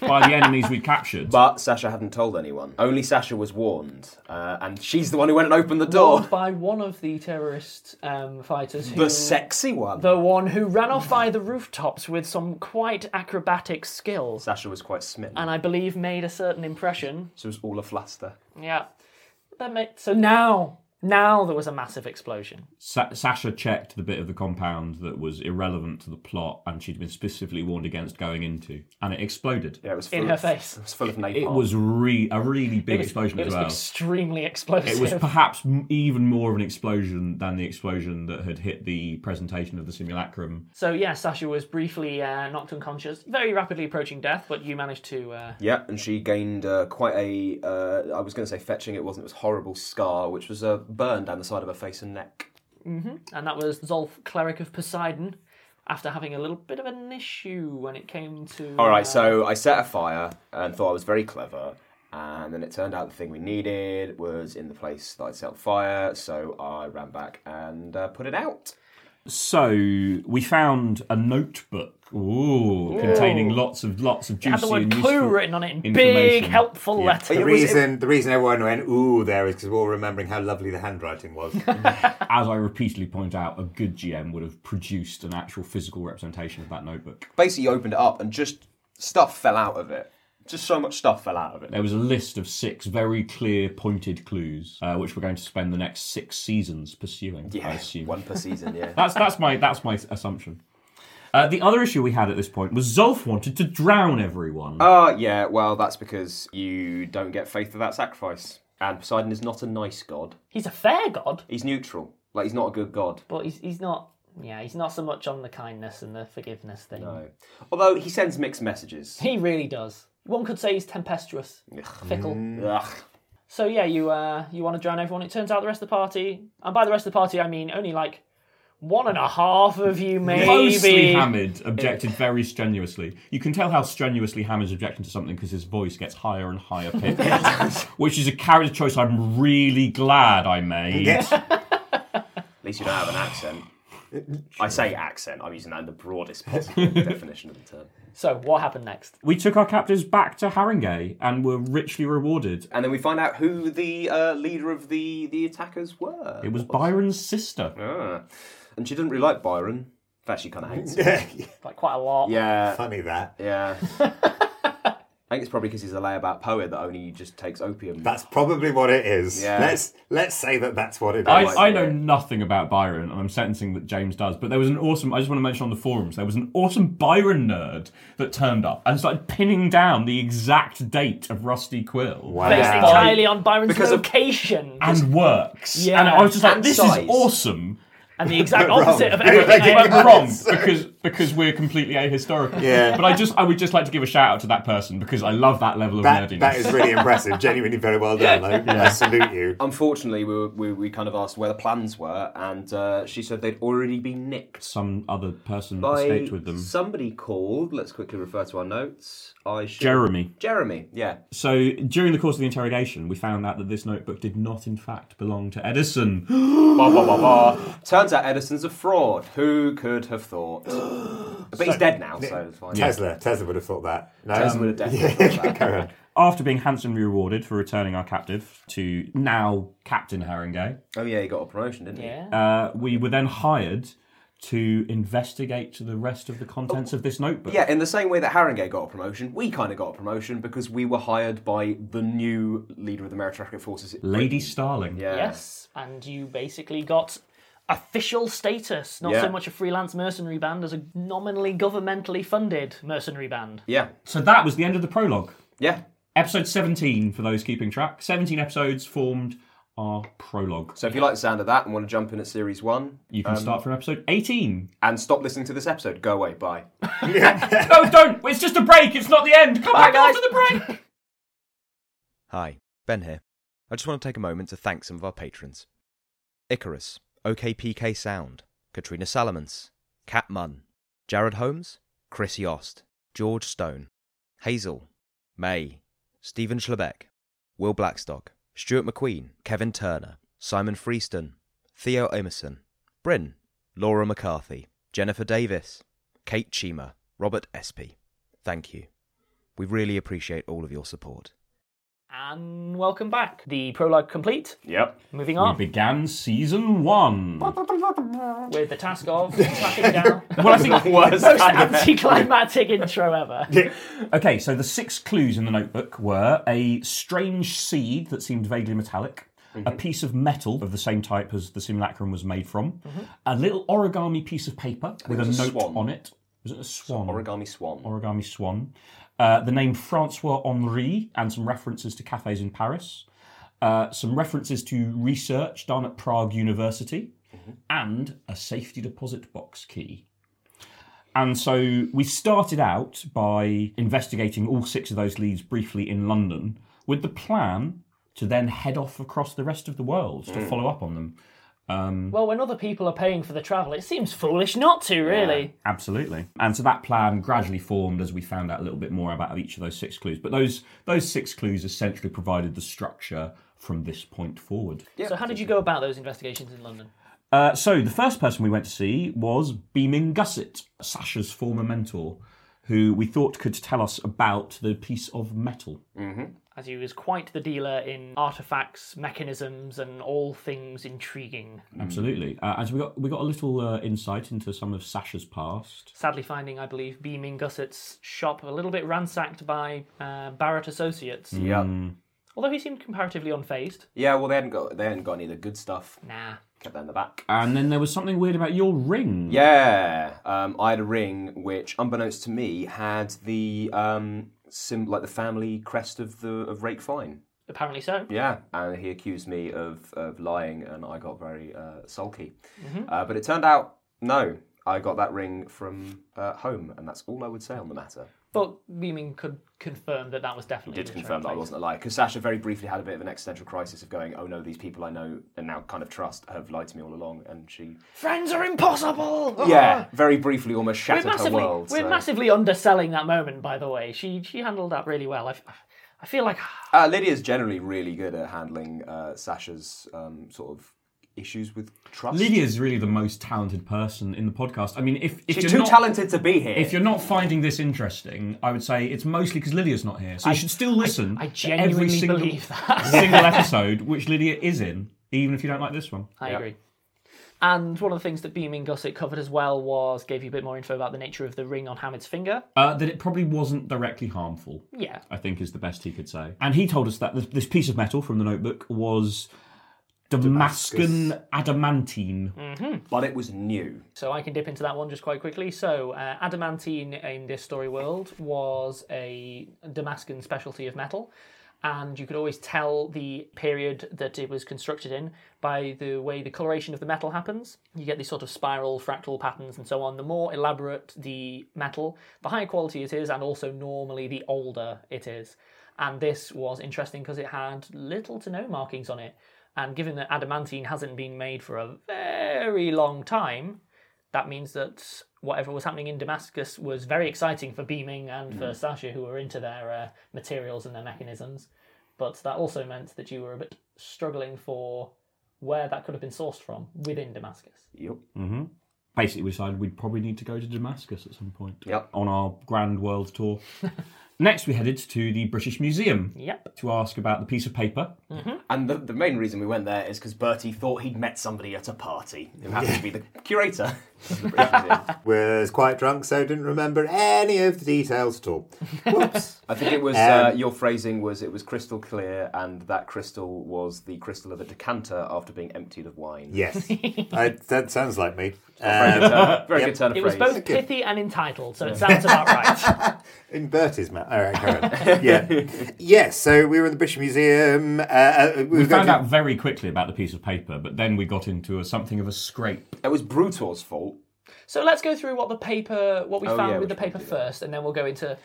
Speaker 4: by the enemies we'd captured.
Speaker 5: But Sasha hadn't told anyone. Only Sasha was warned, uh, and she's the one who went and opened the door.
Speaker 2: by one of the terrorist um, fighters. Who,
Speaker 5: The sexy one.
Speaker 2: the one who ran off by the rooftops with some quite acrobatic skills,
Speaker 5: Sasha was quite smitten.
Speaker 2: and I believe made a certain impression.
Speaker 5: she was all a fluster.
Speaker 2: Yeah. That made, so now, now there was a massive explosion.
Speaker 4: Sa- Sasha checked the bit of the compound that was irrelevant to the plot, and she'd been specifically warned against going into, and it exploded.
Speaker 5: Yeah, it was full
Speaker 2: In
Speaker 5: of,
Speaker 2: her face.
Speaker 5: It was full of napalm.
Speaker 4: It was re- a really big
Speaker 2: Oh. It was-
Speaker 4: explosion
Speaker 2: it was
Speaker 4: as well.
Speaker 2: extremely explosive.
Speaker 4: It was perhaps m- even more of an explosion than the explosion that had hit the presentation of the simulacrum.
Speaker 2: so yeah, Sasha was briefly uh, knocked unconscious, very rapidly approaching death, but you managed to. Uh,
Speaker 5: Yeah, and she gained uh, quite a, uh, I was going to say fetching, it wasn't, it was horrible scar, which was a burn down the side of her face and neck.
Speaker 2: and that was Zolf, cleric of Poseidon, after having a little bit of an issue when it came to.
Speaker 5: All
Speaker 2: uh,
Speaker 5: right, so I set a fire and thought I was very clever, and then it turned out the thing we needed was in the place that I set fire, so I ran back and uh, put it out.
Speaker 4: So we found a notebook, ooh, containing lots of lots of juicy
Speaker 2: had the word
Speaker 4: and
Speaker 2: clue
Speaker 4: useful
Speaker 2: written on it in big,
Speaker 4: information.
Speaker 2: helpful
Speaker 3: The
Speaker 2: letters.
Speaker 3: reason the reason everyone went ooh there is because we're all remembering how lovely the handwriting was.
Speaker 4: As I repeatedly point out, a good GM would have produced an actual physical representation of that notebook.
Speaker 5: Basically, you opened it up and just stuff fell out of it. Just so much stuff fell out of it.
Speaker 4: There was a list of six very clear, pointed clues, uh, which we're going to spend the next six seasons pursuing. I
Speaker 5: Yeah,
Speaker 4: assume.
Speaker 5: one per season, yeah.
Speaker 4: That's that's my that's my assumption. Uh, the other issue we had at this point was Zolf wanted to drown everyone.
Speaker 5: Oh, yeah, well, that's because you don't get faith without sacrifice. And Poseidon is not a nice god.
Speaker 2: He's a fair god,
Speaker 5: He's neutral. Like, he's not a good god.
Speaker 2: but he's, he's not. Yeah, he's not so much on the kindness and the forgiveness thing.
Speaker 5: No. Although, he sends mixed messages.
Speaker 2: He really does. One could say he's tempestuous, fickle.
Speaker 4: Mm.
Speaker 5: Ugh.
Speaker 2: So yeah, you uh, you want to drown everyone. It turns out the rest of the party, and by the rest of the party, I mean only like one and a half of you, maybe.
Speaker 4: Mostly Hamid objected very strenuously. You can tell how strenuously Hamid's objecting to something because his voice gets higher and higher pitched, which is a character choice I'm really glad I made.
Speaker 5: At least you don't have an accent. I say accent, I'm using that in the broadest possible definition of the term.
Speaker 2: So what happened next?
Speaker 4: We took our captives back to Haringey and were richly rewarded.
Speaker 5: And then we find out who the uh, leader of the, the attackers were.
Speaker 4: It was Byron's sister.
Speaker 5: Ah. And she didn't really like Byron. In fact, she kind of hates him.
Speaker 2: Like quite a lot.
Speaker 5: Yeah,
Speaker 3: Funny that.
Speaker 5: yeah. I think it's probably because he's a layabout poet that only just takes opium.
Speaker 3: That's probably what it is.
Speaker 5: Yeah.
Speaker 3: Let's let's say that that's what it is.
Speaker 4: I,
Speaker 5: like
Speaker 4: I
Speaker 5: it.
Speaker 4: know nothing about Byron, and I'm sentencing that James does. But there was an awesome. I just want to mention on the forums there was an awesome Byron nerd that turned up and started pinning down the exact date of Rusty Quill
Speaker 2: Based
Speaker 3: Wow.
Speaker 2: entirely on Byron's
Speaker 5: Because of-
Speaker 2: location.
Speaker 4: and works.
Speaker 2: Yeah.
Speaker 4: and I was just like,
Speaker 5: And
Speaker 4: this
Speaker 5: size.
Speaker 4: is awesome.
Speaker 2: and the exact
Speaker 3: Wrong.
Speaker 2: opposite of
Speaker 3: Yeah,
Speaker 2: everything I
Speaker 3: like
Speaker 4: I'm
Speaker 3: Yeah,
Speaker 2: ever
Speaker 4: wrong
Speaker 3: sorry.
Speaker 4: because because we're completely ahistorical.
Speaker 3: Yeah.
Speaker 4: But I just I would just like to give a shout out to that person because I love that level of
Speaker 3: That,
Speaker 4: nerdiness.
Speaker 3: that is really impressive. Genuinely very well done. I, I salute you.
Speaker 5: Unfortunately, we, were, we we kind of asked where the plans were, and uh, she said they'd already been nicked
Speaker 4: Some other person
Speaker 5: by
Speaker 4: escaped with them.
Speaker 5: somebody called. Let's quickly refer to our notes. I should...
Speaker 4: Jeremy.
Speaker 5: Jeremy, yeah.
Speaker 4: So during the course of the interrogation, we found out that this notebook did not, in fact, belong to Edison.
Speaker 5: Bah, bah, bah, bah. Turns out Edison's a fraud. Who could have thought? but he's dead now, so it's fine.
Speaker 3: Tesla. Tesla would have thought that. No?
Speaker 5: Tesla would have definitely thought that.
Speaker 3: Carry on.
Speaker 4: After being handsomely rewarded for returning our captive to now Captain Haringey,
Speaker 5: Oh yeah, he got a promotion, didn't he?
Speaker 2: Yeah.
Speaker 4: uh, we were then hired to investigate the rest of the contents of this notebook.
Speaker 5: Yeah, in the same way that Haringey got a promotion, we kind of got a promotion because we were hired by the new leader of the meritocratic forces.
Speaker 4: Lady Starling.
Speaker 5: Yeah.
Speaker 2: Yes, and you basically got official status, not
Speaker 5: Yeah.
Speaker 2: so much a freelance mercenary band as a nominally governmentally funded mercenary band.
Speaker 5: Yeah.
Speaker 4: So that was the end of the prologue.
Speaker 5: Yeah.
Speaker 4: Episode 17, for those keeping track. 17 episodes formed our prologue.
Speaker 5: So if you like the sound of that and want to jump in at series one um,
Speaker 4: You can start from episode 18.
Speaker 5: and stop listening to this episode, go away. Bye.
Speaker 4: no, don't! It's just a break, it's not the end! Come
Speaker 5: Bye,
Speaker 4: back
Speaker 5: guys.
Speaker 4: after the break!
Speaker 5: Hi, Ben here. I just want to take a moment to thank some of our patrons Icarus, OKPK Sound, Katrina Salamons, Kat Munn, Jared Holmes, Chris Yost, George Stone, Hazel, May, Stephen Schlebeck, Will Blackstock, Stuart McQueen, Kevin Turner, Simon Freeston, Theo Emerson, Bryn, Laura McCarthy, Jennifer Davis, Kate Chima, Robert Espy. Thank you. We really appreciate all of your support.
Speaker 2: And welcome back. The prologue complete.
Speaker 5: Yep.
Speaker 2: Moving on
Speaker 4: We began season one.
Speaker 2: with the task of tracking down
Speaker 4: Well, I think
Speaker 5: Worst
Speaker 2: most
Speaker 5: time ever.
Speaker 2: anticlimactic intro ever.
Speaker 4: Okay, so the six clues in the notebook were a strange seed that seemed vaguely metallic, a
Speaker 5: Mm-hmm.
Speaker 4: piece of metal of the same type as the simulacrum was made from, a little origami piece of paper with a
Speaker 5: Mm-hmm. it was a
Speaker 4: note
Speaker 5: swan.
Speaker 4: on it. Was it a swan?
Speaker 5: Origami Swan.
Speaker 4: Origami Swan. Uh, the name Francois Henri and some references to cafes in Paris. Uh, some references to research done at Prague University
Speaker 5: Mm-hmm.
Speaker 4: and a safety deposit box key. And so we started out by investigating all six of those leads briefly in London with the plan to then head off across the rest of the world to follow up on them.
Speaker 5: Hmm.
Speaker 2: well, when other people are paying for the travel, it seems foolish not to, really.
Speaker 4: Absolutely. And so that plan gradually formed as we found out a little bit more about each of those six clues. But those those six clues essentially provided the structure from this point forward.
Speaker 2: So, how did you go about those investigations in London?
Speaker 4: Uh, so the first person we went to see was Beaming Gusset, Sasha's former mentor, who we thought could tell us about the piece of metal.
Speaker 2: As he was quite the dealer in artifacts, mechanisms, and all things intriguing.
Speaker 4: Absolutely. Uh, as we got we got a little uh, insight into some of Sasha's past.
Speaker 2: sadly finding, I believe, Beaming Gusset's shop a little bit ransacked by uh, Barrett Associates.
Speaker 5: Yeah.
Speaker 4: Um,
Speaker 2: Although he seemed comparatively unfazed.
Speaker 5: Yeah, well, they hadn't got they hadn't got any of the good stuff.
Speaker 2: Nah.
Speaker 5: Kept that in the back.
Speaker 4: And then there was something weird about your ring.
Speaker 5: Yeah, um, I had a ring which, unbeknownst to me, had the um, sim like the family crest of the of Rake Fine.
Speaker 2: Apparently so.
Speaker 5: Yeah, and he accused me of, of lying, and I got very uh, sulky. Uh, but it turned out no, I got that ring from uh, home, and that's all I would say on the matter.
Speaker 2: But Beaming could confirm that that was definitely.
Speaker 5: did
Speaker 2: the
Speaker 5: confirm that I
Speaker 2: trade
Speaker 5: wasn't a liar because Sasha very briefly had a bit of an existential crisis of going, "Oh no, these people I know and now kind of trust have lied to me all along," and she,
Speaker 2: place. Friends are impossible!
Speaker 5: yeah, very briefly almost
Speaker 2: Uh-huh. We're
Speaker 5: shattered her
Speaker 2: massively,
Speaker 5: world.
Speaker 2: we're
Speaker 5: so-
Speaker 2: massively underselling that moment, by the way. She she handled that really well. I, f- I feel like
Speaker 5: Uh, Lydia's generally really good at handling uh, Sasha's um, sort of issues with trust.
Speaker 4: Lydia's really the most talented person in the podcast. I mean, if, if
Speaker 5: she's
Speaker 4: you're
Speaker 5: too
Speaker 4: not-
Speaker 5: talented to be here.
Speaker 4: If you're not finding this interesting, I would say it's mostly because Lydia's not here. So you should still listen.
Speaker 2: I
Speaker 4: to
Speaker 2: genuinely
Speaker 4: every single,
Speaker 2: believe that.
Speaker 4: single episode which Lydia is in, even if you don't like this one.
Speaker 2: I agree. And one of the things that Beaming Gusset covered as well was gave you a bit more info about the nature of the ring on Hamid's finger.
Speaker 4: Uh, that it probably wasn't directly harmful.
Speaker 2: Yeah.
Speaker 4: I think is the best he could say. And he told us that this, this piece of metal from the notebook was Damascus adamantine.
Speaker 5: but it was new.
Speaker 2: So I can dip into that one just quite quickly. So uh, adamantine in this story world was a Damascus specialty of metal, and you could always tell the period that it was constructed in by the way the coloration of the metal happens. You get these sort of spiral fractal patterns and so on. The more elaborate the metal, the higher quality it is, and also normally the older it is. And this was interesting because it had little to no markings on it. And given that adamantine hasn't been made for a very long time, that means that whatever was happening in Damascus was very exciting for Beaming and for
Speaker 5: Mm.
Speaker 2: Sasha, who were into their uh, materials and their mechanisms. But that also meant that you were a bit struggling for where that could have been sourced from within Damascus.
Speaker 5: Yep.
Speaker 4: Mm-hmm. Basically, we decided we'd probably need to go to Damascus at some point
Speaker 5: Yep.
Speaker 4: on our grand world tour. Next, we headed to the British Museum
Speaker 2: Yep.
Speaker 4: to ask about the piece of paper.
Speaker 5: And the, the main reason we went there is because Bertie thought he'd met somebody at a party who happened to be the curator. of the British Museum.
Speaker 3: Was quite drunk, so didn't remember any of the details at all. Whoops.
Speaker 5: I think it was uh, your phrasing was it was crystal clear, and that crystal was the crystal of a decanter after being emptied of wine.
Speaker 3: yes. I, that sounds like me.
Speaker 5: Very good
Speaker 3: Um,
Speaker 5: turn, very good turn of
Speaker 2: It was
Speaker 5: phrase.
Speaker 2: both pithy and entitled, so it sounds about right.
Speaker 3: In Bertie's mouth. All right, carry on. Yeah. yes, so we were in the British Museum. Uh, uh, we,
Speaker 4: We
Speaker 3: were going
Speaker 4: found
Speaker 3: to-
Speaker 4: out very quickly about the piece of paper, but then we got into a, something of a scrape.
Speaker 5: It was Brutor's fault.
Speaker 2: so let's go through what the paper, what we
Speaker 5: Oh,
Speaker 2: found
Speaker 5: yeah,
Speaker 2: with
Speaker 5: we
Speaker 2: the paper
Speaker 5: should do that.
Speaker 2: first, and then we'll go into,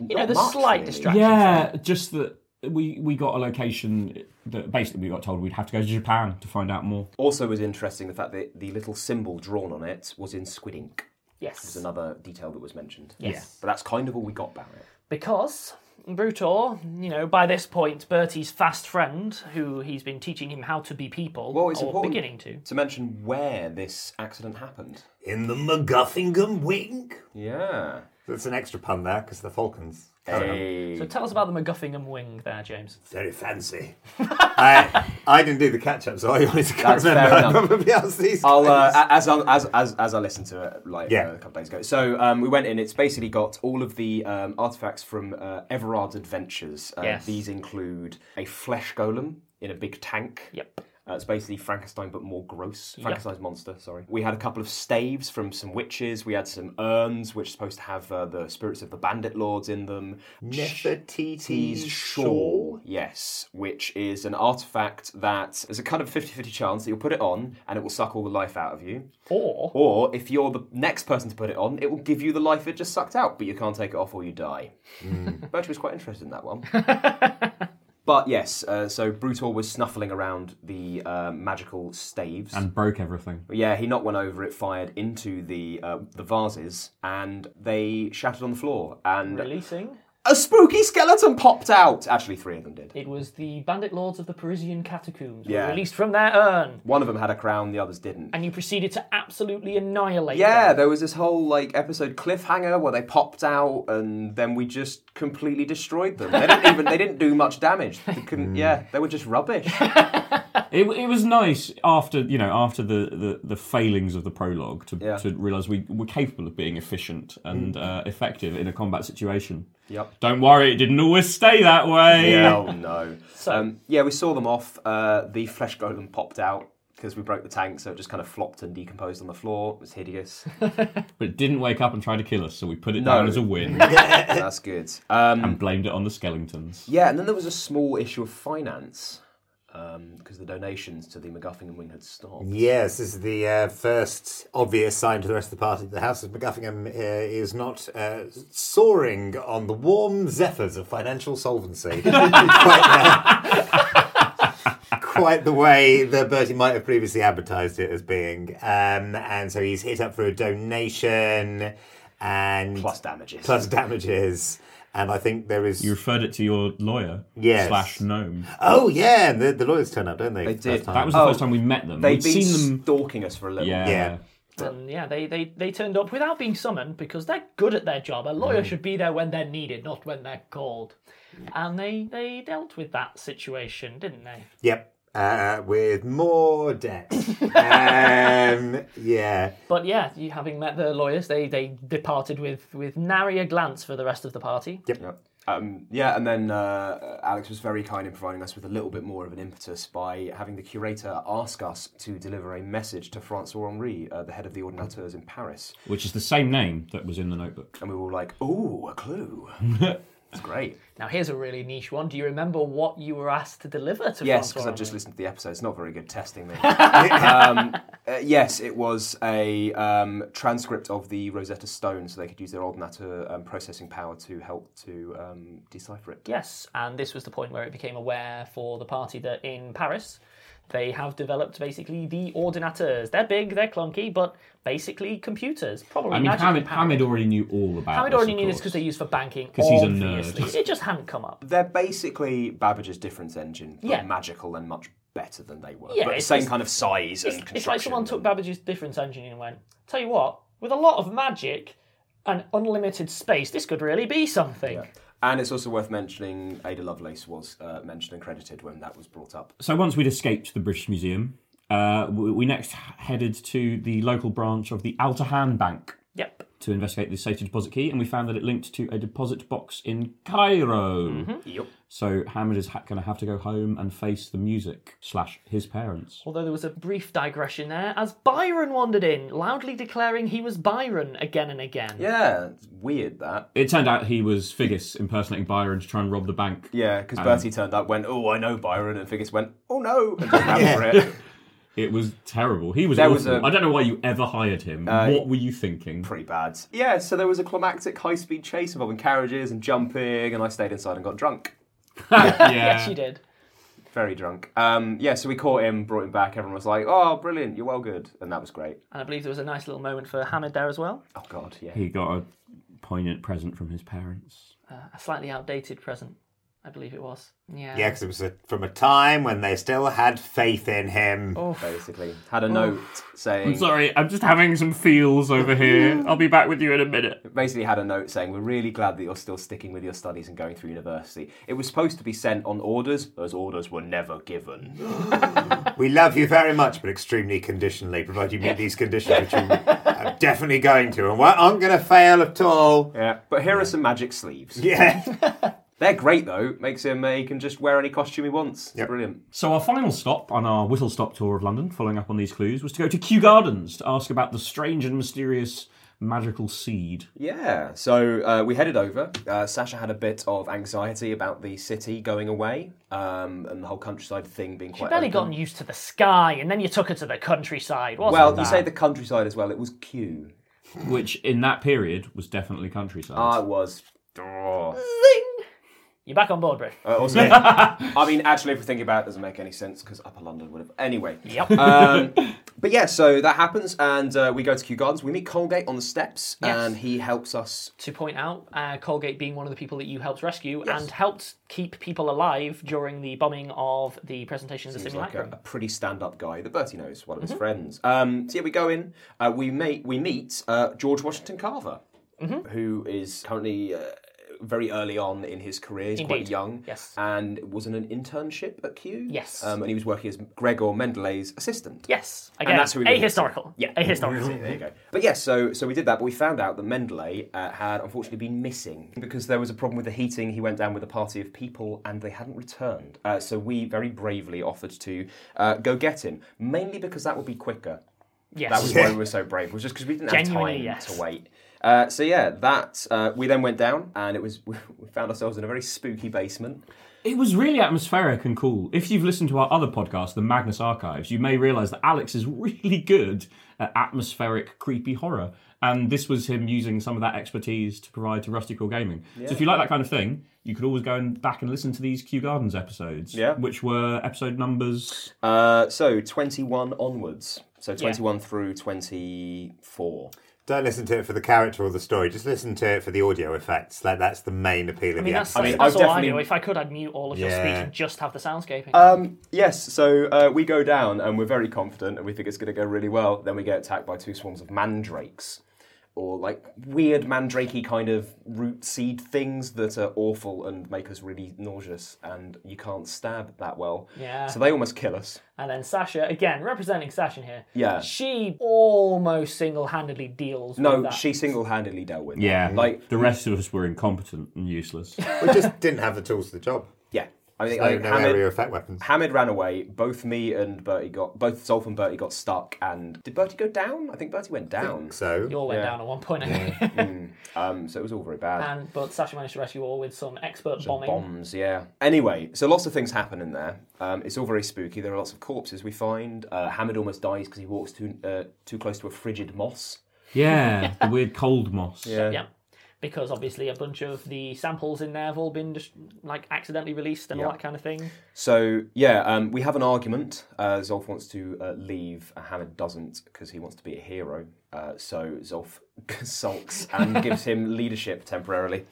Speaker 2: you know,
Speaker 5: Not
Speaker 2: the
Speaker 5: much,
Speaker 2: slight
Speaker 5: really.
Speaker 2: distractions.
Speaker 4: Yeah, just that we we got a location that basically we got told we'd have to go to Japan to find out more.
Speaker 5: Also, was interesting the fact that the little symbol drawn on it was in squid ink.
Speaker 2: Yes.
Speaker 5: Was another detail that was mentioned.
Speaker 2: Yes.
Speaker 5: But that's kind of all we got about it.
Speaker 2: Because Brutor, you know, by this point, Bertie's fast friend, who he's been teaching him how to be people,
Speaker 5: Well, it's
Speaker 2: or
Speaker 5: important
Speaker 2: beginning to.
Speaker 5: to mention where this accident happened.
Speaker 3: in the MacGuffingham Wing.
Speaker 5: Yeah.
Speaker 3: That's an extra pun there because the Falcons.
Speaker 2: So tell us about the MacGuffingham wing there, James.
Speaker 3: Very fancy. I, I didn't do the catch up, so I honestly can't
Speaker 5: That's fair
Speaker 3: remember. I
Speaker 5: enough.
Speaker 3: probably asked these.
Speaker 5: I'll, uh,
Speaker 3: guys.
Speaker 5: a- as, I'll, as as as I listened to it like
Speaker 3: Yeah.
Speaker 5: uh, a couple days ago. So um, we went in. It's basically got all of the um, artifacts from uh, Everard's adventures. Uh,
Speaker 2: Yes.
Speaker 5: These include a flesh golem in a big tank.
Speaker 2: Yep.
Speaker 5: Uh, it's basically Frankenstein, but more gross. Frankenstein's monster, sorry. We had a couple of staves from some witches. We had some urns, which are supposed to have uh, the spirits of the bandit lords in them.
Speaker 3: Nefertiti's
Speaker 5: Nefertiti's
Speaker 3: shawl.
Speaker 5: shawl, yes, which is an artifact that there's a kind of 50 50 chance that you'll put it on and it will suck all the life out of you.
Speaker 2: Or
Speaker 5: Or if you're the next person to put it on, it will give you the life it just sucked out, but you can't take it off or you die. Bertie was quite interested in that one. but yes, uh, so Brutor was snuffling around the uh, magical staves.
Speaker 4: And broke everything.
Speaker 5: But yeah, he knocked one over. It fired into the uh, the vases, and they shattered on the floor. And
Speaker 2: releasing,
Speaker 5: a spooky skeleton popped out. Actually, three of them did.
Speaker 2: it was the bandit lords of the Parisian catacombs were
Speaker 5: Yeah.
Speaker 2: released from their urn,
Speaker 5: One of them had a crown, the others didn't.
Speaker 2: and you proceeded to absolutely annihilate
Speaker 5: Yeah,
Speaker 4: um,
Speaker 2: them.
Speaker 5: there was this whole like episode cliffhanger where they popped out and then we just completely destroyed them. They didn't even they didn't do much damage. They
Speaker 4: Hmm.
Speaker 5: couldn't yeah, they were just rubbish.
Speaker 4: It, it was nice after you know after the, the, the failings of the prologue to,
Speaker 5: Yeah.
Speaker 4: to realize we were capable of being efficient and uh, effective in a combat situation.
Speaker 5: Yep.
Speaker 4: Don't worry, it didn't always stay that way.
Speaker 5: Yeah, oh no.
Speaker 2: So-
Speaker 5: um, yeah, we saw them off. Uh, the flesh golem popped out because we broke the tank, so it just kind of flopped and decomposed on the floor. It was hideous.
Speaker 4: But it didn't wake up and try to kill us, so we put it
Speaker 5: No.
Speaker 4: down as a win
Speaker 5: That's good. Um,
Speaker 4: and blamed it on the skeletons.
Speaker 5: yeah, and then there was a small issue of finance because the donations to the MacGuffingham wing had stopped.
Speaker 3: Yes, this is the uh, first obvious sign to the rest of the party. that The House of MacGuffingham uh, is not uh, soaring on the warm zephyrs of financial solvency. quite, uh, quite the way that Bertie might have previously advertised it as being. Um, and so he's hit up for a donation and
Speaker 5: Plus damages.
Speaker 3: plus damages. And I think there is.
Speaker 4: You referred it to your lawyer
Speaker 3: Yes.
Speaker 4: slash gnome.
Speaker 3: Oh, yeah, and the, the lawyers turn up, don't they?
Speaker 5: They
Speaker 3: first
Speaker 5: did.
Speaker 3: time?
Speaker 4: That was the
Speaker 5: Oh,
Speaker 4: first time we met them.
Speaker 5: They've
Speaker 4: We'd
Speaker 5: been
Speaker 4: seen them.
Speaker 5: stalking us for a little
Speaker 4: Yeah.
Speaker 3: Yeah.
Speaker 2: And yeah, they, they, they turned up without being summoned because they're good at their job. A lawyer should be there when they're needed, not when they're called. And they, they dealt with that situation, didn't they?
Speaker 3: Yep. Uh, with more debt. um, yeah.
Speaker 2: But yeah, you, having met the lawyers, they, they departed with, with nary a glance for the rest of the party.
Speaker 5: Yeah. Um, yeah, and then uh, Alex was very kind in providing us with a little bit more of an impetus by having the curator ask us to deliver a message to Francois Henri, uh, the head of the Ordinateurs in Paris.
Speaker 4: which is the same name that was in the notebook.
Speaker 5: And we were all like, ooh, a clue. It's great.
Speaker 2: Now, here's a really niche one. Do you remember what you were asked to deliver to Francois
Speaker 5: Yes, because I've just
Speaker 2: Henri?
Speaker 5: listened to the episode. It's not very good testing me. um, uh, yes, it was a um, transcript of the Rosetta Stone, so they could use their old Natter um, processing power to help to um, decipher it.
Speaker 2: Yes, and this was the point where it became aware for the party that in Paris they have developed basically the ordinateurs. They're big, they're clunky, but basically computers. Probably
Speaker 4: I mean,
Speaker 2: magically
Speaker 4: Hamid,
Speaker 2: powered.
Speaker 4: Hamid already knew all about
Speaker 2: Hamid
Speaker 4: this,
Speaker 2: already
Speaker 4: of
Speaker 2: knew this
Speaker 4: course.
Speaker 2: because they use for banking.
Speaker 4: 'Cause he's a nerd.
Speaker 2: obviously. It just hadn't come up.
Speaker 5: They're basically Babbage's difference engine, but
Speaker 2: Yeah.
Speaker 5: magical and much better than they were.
Speaker 2: Yeah,
Speaker 5: but
Speaker 2: it's-
Speaker 5: same
Speaker 2: it's-
Speaker 5: kind of size
Speaker 2: It's,
Speaker 5: and
Speaker 2: it's like someone took
Speaker 5: construction
Speaker 2: Babbage's difference engine and went, tell you what, with a lot of magic and unlimited space, this could really be something.
Speaker 5: And it's also worth mentioning Ada Lovelace was uh, mentioned and credited when that was brought up.
Speaker 4: So once we'd escaped the British Museum, uh, we we next headed to the local branch of the Outer Hand Bank
Speaker 2: Yep.
Speaker 4: to investigate the safety deposit key, and we found that it linked to a deposit box in Cairo.
Speaker 5: Yep.
Speaker 4: So Hamid is ha- going to have to go home and face the music slash his parents.
Speaker 2: Although there was a brief digression there, as Byron wandered in, loudly declaring he was Byron again and again.
Speaker 5: Yeah, it's weird that.
Speaker 4: It turned out he was Figgis impersonating Byron to try and rob the bank.
Speaker 5: Yeah, because Bertie turned up, went, "Oh, I know Byron," and Figgis went, "Oh no," and just ran for it.
Speaker 4: It was terrible. He was
Speaker 5: There
Speaker 4: awful.
Speaker 5: was a-
Speaker 4: I don't know why you ever hired him. what were you thinking?
Speaker 5: Pretty bad. Yeah, so there was a climactic high-speed chase involving carriages and jumping, and I stayed inside and got drunk,
Speaker 4: yeah.
Speaker 2: Yes, you did.
Speaker 5: very drunk. Um, yeah, so we caught him, brought him back. Everyone was like, "Oh, brilliant! You're well good," and that was great.
Speaker 2: And I believe there was a nice little moment for Hamid there as well.
Speaker 5: Oh God, yeah.
Speaker 4: He got a poignant present from his parents.
Speaker 2: Uh, A slightly outdated present, I believe it was. Yeah.
Speaker 3: Yeah, because it was a, from a time when they still had faith in him.
Speaker 2: Oh.
Speaker 5: Basically, had a note saying,
Speaker 4: I'm sorry, I'm just having some feels over here. I'll be back with you in a minute.
Speaker 5: basically had a note saying, We're really glad that you're still sticking with your studies and going through university. It was supposed to be sent on orders. Those orders were never given.
Speaker 3: We love you very much, but extremely conditionally, provided you meet these conditions, which you are definitely going to, and we aren't going to fail at all.
Speaker 5: Yeah. But here are some magic sleeves.
Speaker 3: Yeah.
Speaker 5: They're great though. Makes him uh, he can just wear any costume he wants.
Speaker 3: Yep.
Speaker 5: Brilliant.
Speaker 4: So, our final stop on our whistle stop tour of London, following up on these clues, was to go to Kew Gardens to ask about the strange and mysterious magical seed.
Speaker 5: Yeah. So uh, we headed over. Uh, Sasha had a bit of anxiety about the city going away um, and the whole countryside thing being
Speaker 2: She'd
Speaker 5: quite.
Speaker 2: barely
Speaker 5: open.
Speaker 2: gotten used to the sky, and then you took her to the countryside. Wasn't
Speaker 5: Well,
Speaker 2: that?
Speaker 5: you say the countryside as well. It was Q.
Speaker 4: which in that period was definitely countryside.
Speaker 5: Ah, it was. Oh.
Speaker 2: You're back on board, Brit.
Speaker 5: Uh, also, I mean, actually, if we think about it, it doesn't make any sense because Upper London would have. Anyway. Yep. Um, but yeah, so that happens, and uh, we go to Kew Gardens. We meet Colgate on the steps, and he helps us.
Speaker 2: to point out, uh, Colgate being one of the people that you helped rescue and helped keep people alive during the bombing of the presentation of the
Speaker 5: He's like
Speaker 2: simulacrum.
Speaker 5: a, a pretty stand-up guy that Bertie knows, one of
Speaker 2: Mm-hmm.
Speaker 5: his friends. Um, so yeah, we go in. Uh, we meet. We meet uh, George Washington Carver,
Speaker 2: Mm-hmm.
Speaker 5: who is currently. Uh, very early on in his career, he's quite
Speaker 2: Indeed.
Speaker 5: young,
Speaker 2: Yes.
Speaker 5: and was in an internship at Kew.
Speaker 2: Yes.
Speaker 5: um, and he was working as Gregor Mendeley's assistant.
Speaker 2: yes, again,
Speaker 5: And that's who we meet.
Speaker 2: ahistorical.
Speaker 5: Yeah.
Speaker 2: ahistorical.
Speaker 5: There you go. But yeah, so so we did that, but we found out that Mendeley uh, had unfortunately been missing because there was a problem with the heating. He went down with a party of people, and they hadn't returned. Uh, so we very bravely offered to uh, go get him, mainly because that would be quicker.
Speaker 2: yes,
Speaker 5: That was why we were so brave. Was just because we didn't have
Speaker 2: Genuinely,
Speaker 5: time
Speaker 2: yes.
Speaker 5: to wait. Uh, so yeah, that uh, we then went down, and it was we found ourselves in a very spooky basement.
Speaker 4: It was really atmospheric and cool. If you've listened to our other podcast, the Magnus Archives, you may realise that Alex is really good at atmospheric, creepy horror. And this was him using some of that expertise to provide to Rusty Core Gaming. So if you like that kind of thing, you could always go and back and listen to these Kew Gardens episodes,
Speaker 5: Yeah.
Speaker 4: which were episode numbers.
Speaker 5: Uh, so twenty-one onwards. So twenty-one through twenty-four.
Speaker 3: Don't listen to it for the character or the story. Just listen to it for the audio effects. Like that's the main appeal of
Speaker 2: I mean,
Speaker 3: the
Speaker 2: that's,
Speaker 3: episode.
Speaker 5: mean,
Speaker 2: that's
Speaker 5: I've
Speaker 2: all
Speaker 5: definitely-
Speaker 2: I do. If I could, I'd mute all of your
Speaker 3: Yeah.
Speaker 2: speech and just have the soundscaping.
Speaker 5: Um, yes, so uh, we go down and we're very confident and we think it's going to go really well. Then we get attacked by two swarms of mandrakes or like weird mandrakey kind of root seed things that are awful and make us really nauseous and you can't stab that well.
Speaker 2: Yeah.
Speaker 5: So they almost kill us.
Speaker 2: And then Sasha, again, representing Sasha in here.
Speaker 5: Yeah.
Speaker 2: She almost single handedly deals with
Speaker 5: No,
Speaker 2: that.
Speaker 5: she single-handedly dealt with. it.
Speaker 4: Yeah.
Speaker 5: Like
Speaker 4: The rest of us were incompetent and useless.
Speaker 3: we just didn't have the tools for the job.
Speaker 5: yeah. I think
Speaker 3: No,
Speaker 5: I,
Speaker 3: no
Speaker 5: Hamid,
Speaker 3: area effect weapons.
Speaker 5: Hamid ran away. Both me and Bertie got both Zolf and Bertie got stuck. And did Bertie go down? I think Bertie went down.
Speaker 2: You
Speaker 3: So
Speaker 2: all went
Speaker 5: Yeah.
Speaker 2: down at one point, I think.
Speaker 5: Um, so it was all very bad.
Speaker 2: and but Sasha managed to rescue you all with some expert bombing.
Speaker 5: Bombs, yeah. Anyway, so lots of things happen in there. Um, it's all very spooky. There are lots of corpses we find. Uh, Hamid almost dies because he walks too uh, too close to a frigid moss.
Speaker 4: Yeah, the weird cold moss.
Speaker 2: Yeah. Because obviously a bunch of the samples in there have all been just like accidentally released and all
Speaker 5: Yeah.
Speaker 2: that kind of thing.
Speaker 5: So yeah, um, we have an argument. Uh, Zolf wants to uh, leave. Hamid doesn't because he wants to be a hero. Uh, so Zolf sulks and gives him leadership temporarily.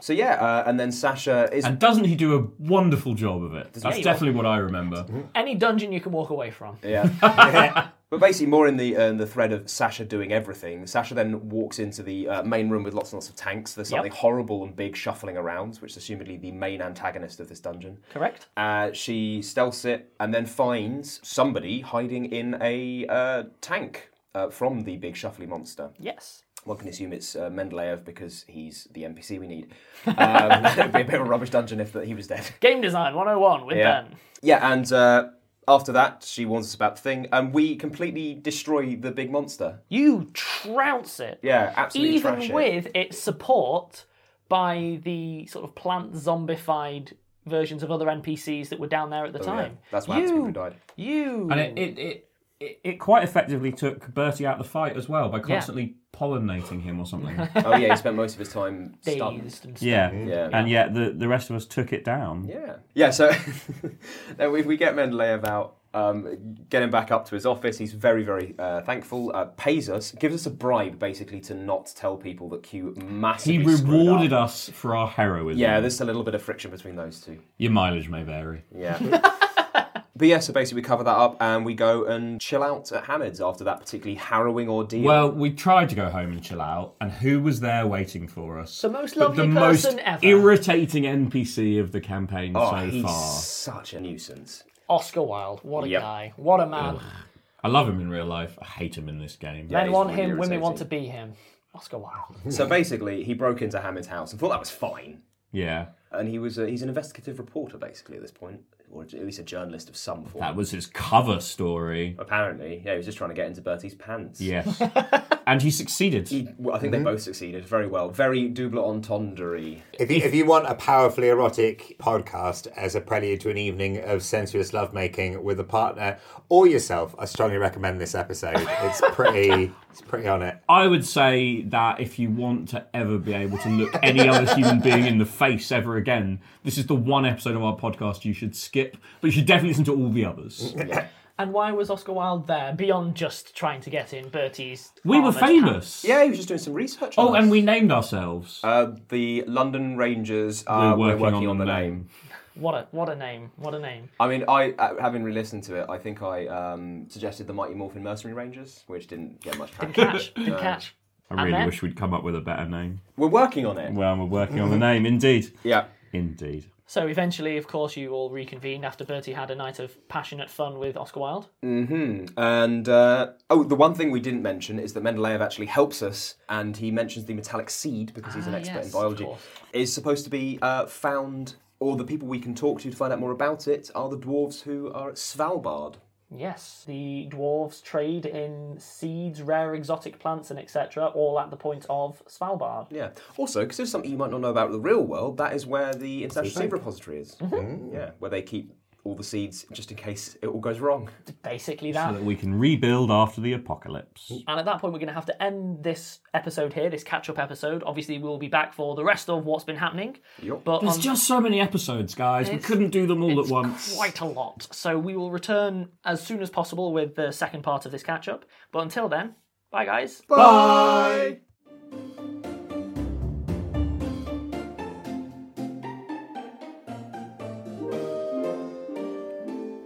Speaker 5: So yeah, uh, and then Sasha is
Speaker 4: And doesn't he do a wonderful job of it? That's
Speaker 2: he?
Speaker 4: definitely what I remember.
Speaker 2: Any dungeon you can walk away from.
Speaker 5: Yeah. but basically, more in the uh, in the thread of Sasha doing everything. Sasha then walks into the uh, main room with lots and lots of tanks. There's something horrible and big shuffling around, which is assumedly the main antagonist of this dungeon.
Speaker 2: Correct?
Speaker 5: Uh, she stealths it and then finds somebody hiding in a uh, tank uh, from the big shuffly monster.
Speaker 2: Yes.
Speaker 5: One can assume it's uh, Mendeleev because he's the NPC we need. Um, it'd be a bit of a rubbish dungeon if he was dead.
Speaker 2: Game design 101 with
Speaker 5: Yeah.
Speaker 2: Ben.
Speaker 5: Yeah, and uh, after that, she warns us about the thing, and we completely destroy the big monster.
Speaker 2: You trounce it.
Speaker 5: Yeah, absolutely
Speaker 2: Even
Speaker 5: trash it.
Speaker 2: with its support by the sort of plant zombified versions of other NPCs that were down there at the
Speaker 5: Oh, Yeah,
Speaker 2: time.
Speaker 5: that's what happens to
Speaker 2: You-
Speaker 5: people who died.
Speaker 2: You
Speaker 4: And it it, it, it it quite effectively took Bertie out of the fight as well by constantly pollinating him or something.
Speaker 5: Oh yeah, he spent most of his time stunned.
Speaker 2: dazed and stuff.
Speaker 4: yeah.
Speaker 5: Yeah.
Speaker 4: And yet the, the rest of us took it down.
Speaker 5: Yeah, yeah. So then we, we get Mendeleev out, um, get him back up to his office. He's very, very uh, thankful. Uh, pays us, gives us a bribe basically to not tell people that Q
Speaker 4: He
Speaker 5: massively screwed
Speaker 4: rewarded
Speaker 5: up.
Speaker 4: us for our heroism.
Speaker 5: Yeah, there's a little bit of friction between those two.
Speaker 4: Your mileage may vary.
Speaker 5: Yeah. but yeah, so basically we cover that up and we go and chill out at Hamid's after that particularly harrowing ordeal.
Speaker 4: Well, we tried to go home and chill out, and who was there waiting for us?
Speaker 2: The most
Speaker 4: But
Speaker 2: lovely
Speaker 4: the
Speaker 2: person
Speaker 4: most
Speaker 2: ever.
Speaker 4: irritating NPC of the campaign
Speaker 5: oh,
Speaker 4: so
Speaker 5: he's
Speaker 4: far.
Speaker 5: such a nuisance.
Speaker 2: Oscar Wilde, what a
Speaker 5: Yep.
Speaker 2: guy, what a man.
Speaker 4: I love him in real life. I hate him in this game.
Speaker 2: Men
Speaker 5: he's
Speaker 2: want
Speaker 5: really
Speaker 2: him, women want to be
Speaker 5: irritating.
Speaker 2: him. Oscar Wilde.
Speaker 5: so basically, he broke into Hamid's house and thought that was fine.
Speaker 4: Yeah,
Speaker 5: And he was a, he's an investigative reporter basically at this point, or at least a journalist of some form.
Speaker 4: that was his cover story.
Speaker 5: Apparently, yeah, he was just trying to get into Bertie's pants.
Speaker 4: Yes, and he succeeded.
Speaker 5: He, well, I think
Speaker 4: Mm-hmm.
Speaker 5: they both succeeded very well. Very double entendre.
Speaker 3: if you, if you want a powerfully erotic podcast as a prelude to an evening of sensuous lovemaking with a partner or yourself, I strongly recommend this episode. It's pretty, it's pretty on it.
Speaker 4: I would say that if you want to ever be able to look any other human being in the face ever again, this is the one episode of our podcast you should skip. But you should definitely listen to all the others.
Speaker 2: And why was Oscar Wilde there beyond just trying to get in Bertie's?
Speaker 4: We were
Speaker 5: Oh,
Speaker 2: armoured pants?
Speaker 4: famous.
Speaker 5: Yeah, he was just doing some research. on
Speaker 4: Oh, and
Speaker 5: us.
Speaker 4: we named ourselves.
Speaker 5: uh, the London Rangers uh,
Speaker 4: we're working, on,
Speaker 5: the
Speaker 4: the
Speaker 5: name.
Speaker 4: name.
Speaker 2: What a what a name! What a name!
Speaker 5: I mean, I uh, having re-listened to it, I think I um, suggested the Mighty Morphin Mercenary Rangers, which didn't get much traction.
Speaker 2: Catch, good catch.
Speaker 4: I really
Speaker 2: then-
Speaker 4: wish we'd come up with a better name.
Speaker 5: We're working on it.
Speaker 4: Well, we're working on the name, indeed.
Speaker 5: yeah.
Speaker 4: Indeed.
Speaker 2: So eventually, of course, you all reconvened after Bertie had a night of passionate fun with Oscar Wilde.
Speaker 5: hmm And uh, oh, the one thing we didn't mention is that Mendeleev actually helps us, and he mentions the metallic seed because he's an
Speaker 2: Ah,
Speaker 5: expert
Speaker 2: yes,
Speaker 5: in
Speaker 2: of
Speaker 5: biology.
Speaker 2: course.
Speaker 5: Is supposed to be uh, found, or the people we can talk to to find out more about it are the dwarves who are at Svalbard.
Speaker 2: Yes, the dwarves trade in seeds, rare exotic plants, and etc. All at the point of Svalbard.
Speaker 5: Yeah. Also, because there's something you might not know about the real world, that is where the International Seed Repository is. Yeah, where they keep all the seeds just in case it all goes wrong.
Speaker 2: Basically that.
Speaker 4: So that we can rebuild after the apocalypse.
Speaker 2: And at that point, we're going to have to end this episode here, this catch-up episode. Obviously, we'll be back for the rest of what's been happening.
Speaker 5: Yup.
Speaker 2: But
Speaker 4: There's
Speaker 2: on-
Speaker 4: just so many episodes, guys. We couldn't do them all at once.
Speaker 2: quite a lot. So we will return as soon as possible with the second part of this catch up. But until then, bye guys.
Speaker 5: Bye.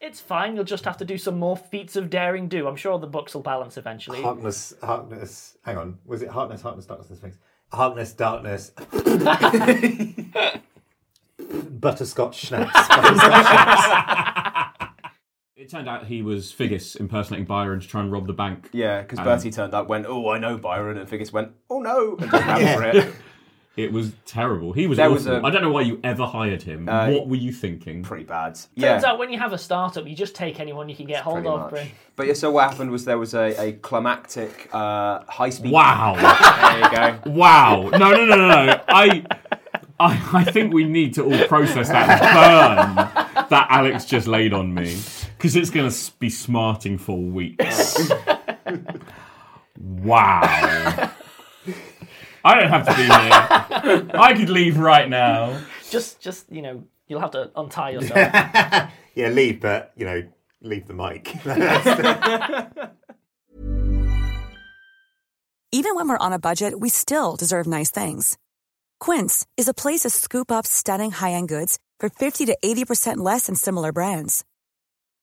Speaker 2: It's fine. You'll just have to do some more feats of daring do. I'm sure the books will balance eventually.
Speaker 3: Harkness, Harkness. Hang on. Was it Harkness, Harkness, Darkness, and Sphinx? Harkness, Darkness. Butterscotch schnapps.
Speaker 4: It turned out he was Figgis impersonating Byron to try and rob the bank.
Speaker 5: Yeah, because Bertie turned up, went, "Oh, I know Byron," and Figgis went, "Oh no," and just ran for it.
Speaker 4: It was terrible. He was
Speaker 5: There
Speaker 4: awful.
Speaker 5: was a- Uh,
Speaker 4: I don't know why you ever hired him. what were you thinking?
Speaker 5: Pretty bad.
Speaker 2: Turns
Speaker 5: yeah.
Speaker 2: out when you have a startup, you just take anyone you can get hold
Speaker 5: pretty
Speaker 2: of.
Speaker 5: much.
Speaker 2: Bryn.
Speaker 5: But yeah, so what happened was there was a, a climactic uh, high speed.
Speaker 4: Wow.
Speaker 5: There you go.
Speaker 4: wow. No, no, no, no, no. I, I, I think we need to all process that burn that Alex just laid on me because it's going to be smarting for weeks. wow. I don't have to be here. I could leave right now.
Speaker 2: Just, just you know, you'll have to untie yourself.
Speaker 3: yeah, leave, but, you know, leave the mic.
Speaker 7: Even when we're on a budget, we still deserve nice things. Quince is a place to scoop up stunning high end goods for 50 to 80% less than similar brands.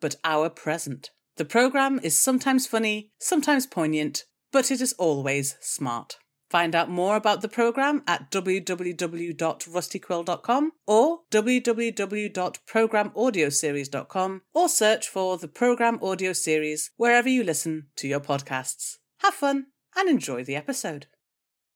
Speaker 1: but our present. The programme is sometimes funny, sometimes poignant, but it is always smart. Find out more about the programme at www.rustyquill.com or www.programaudioseries.com or search for the Programme Audio Series wherever you listen to your podcasts. Have fun and enjoy the episode.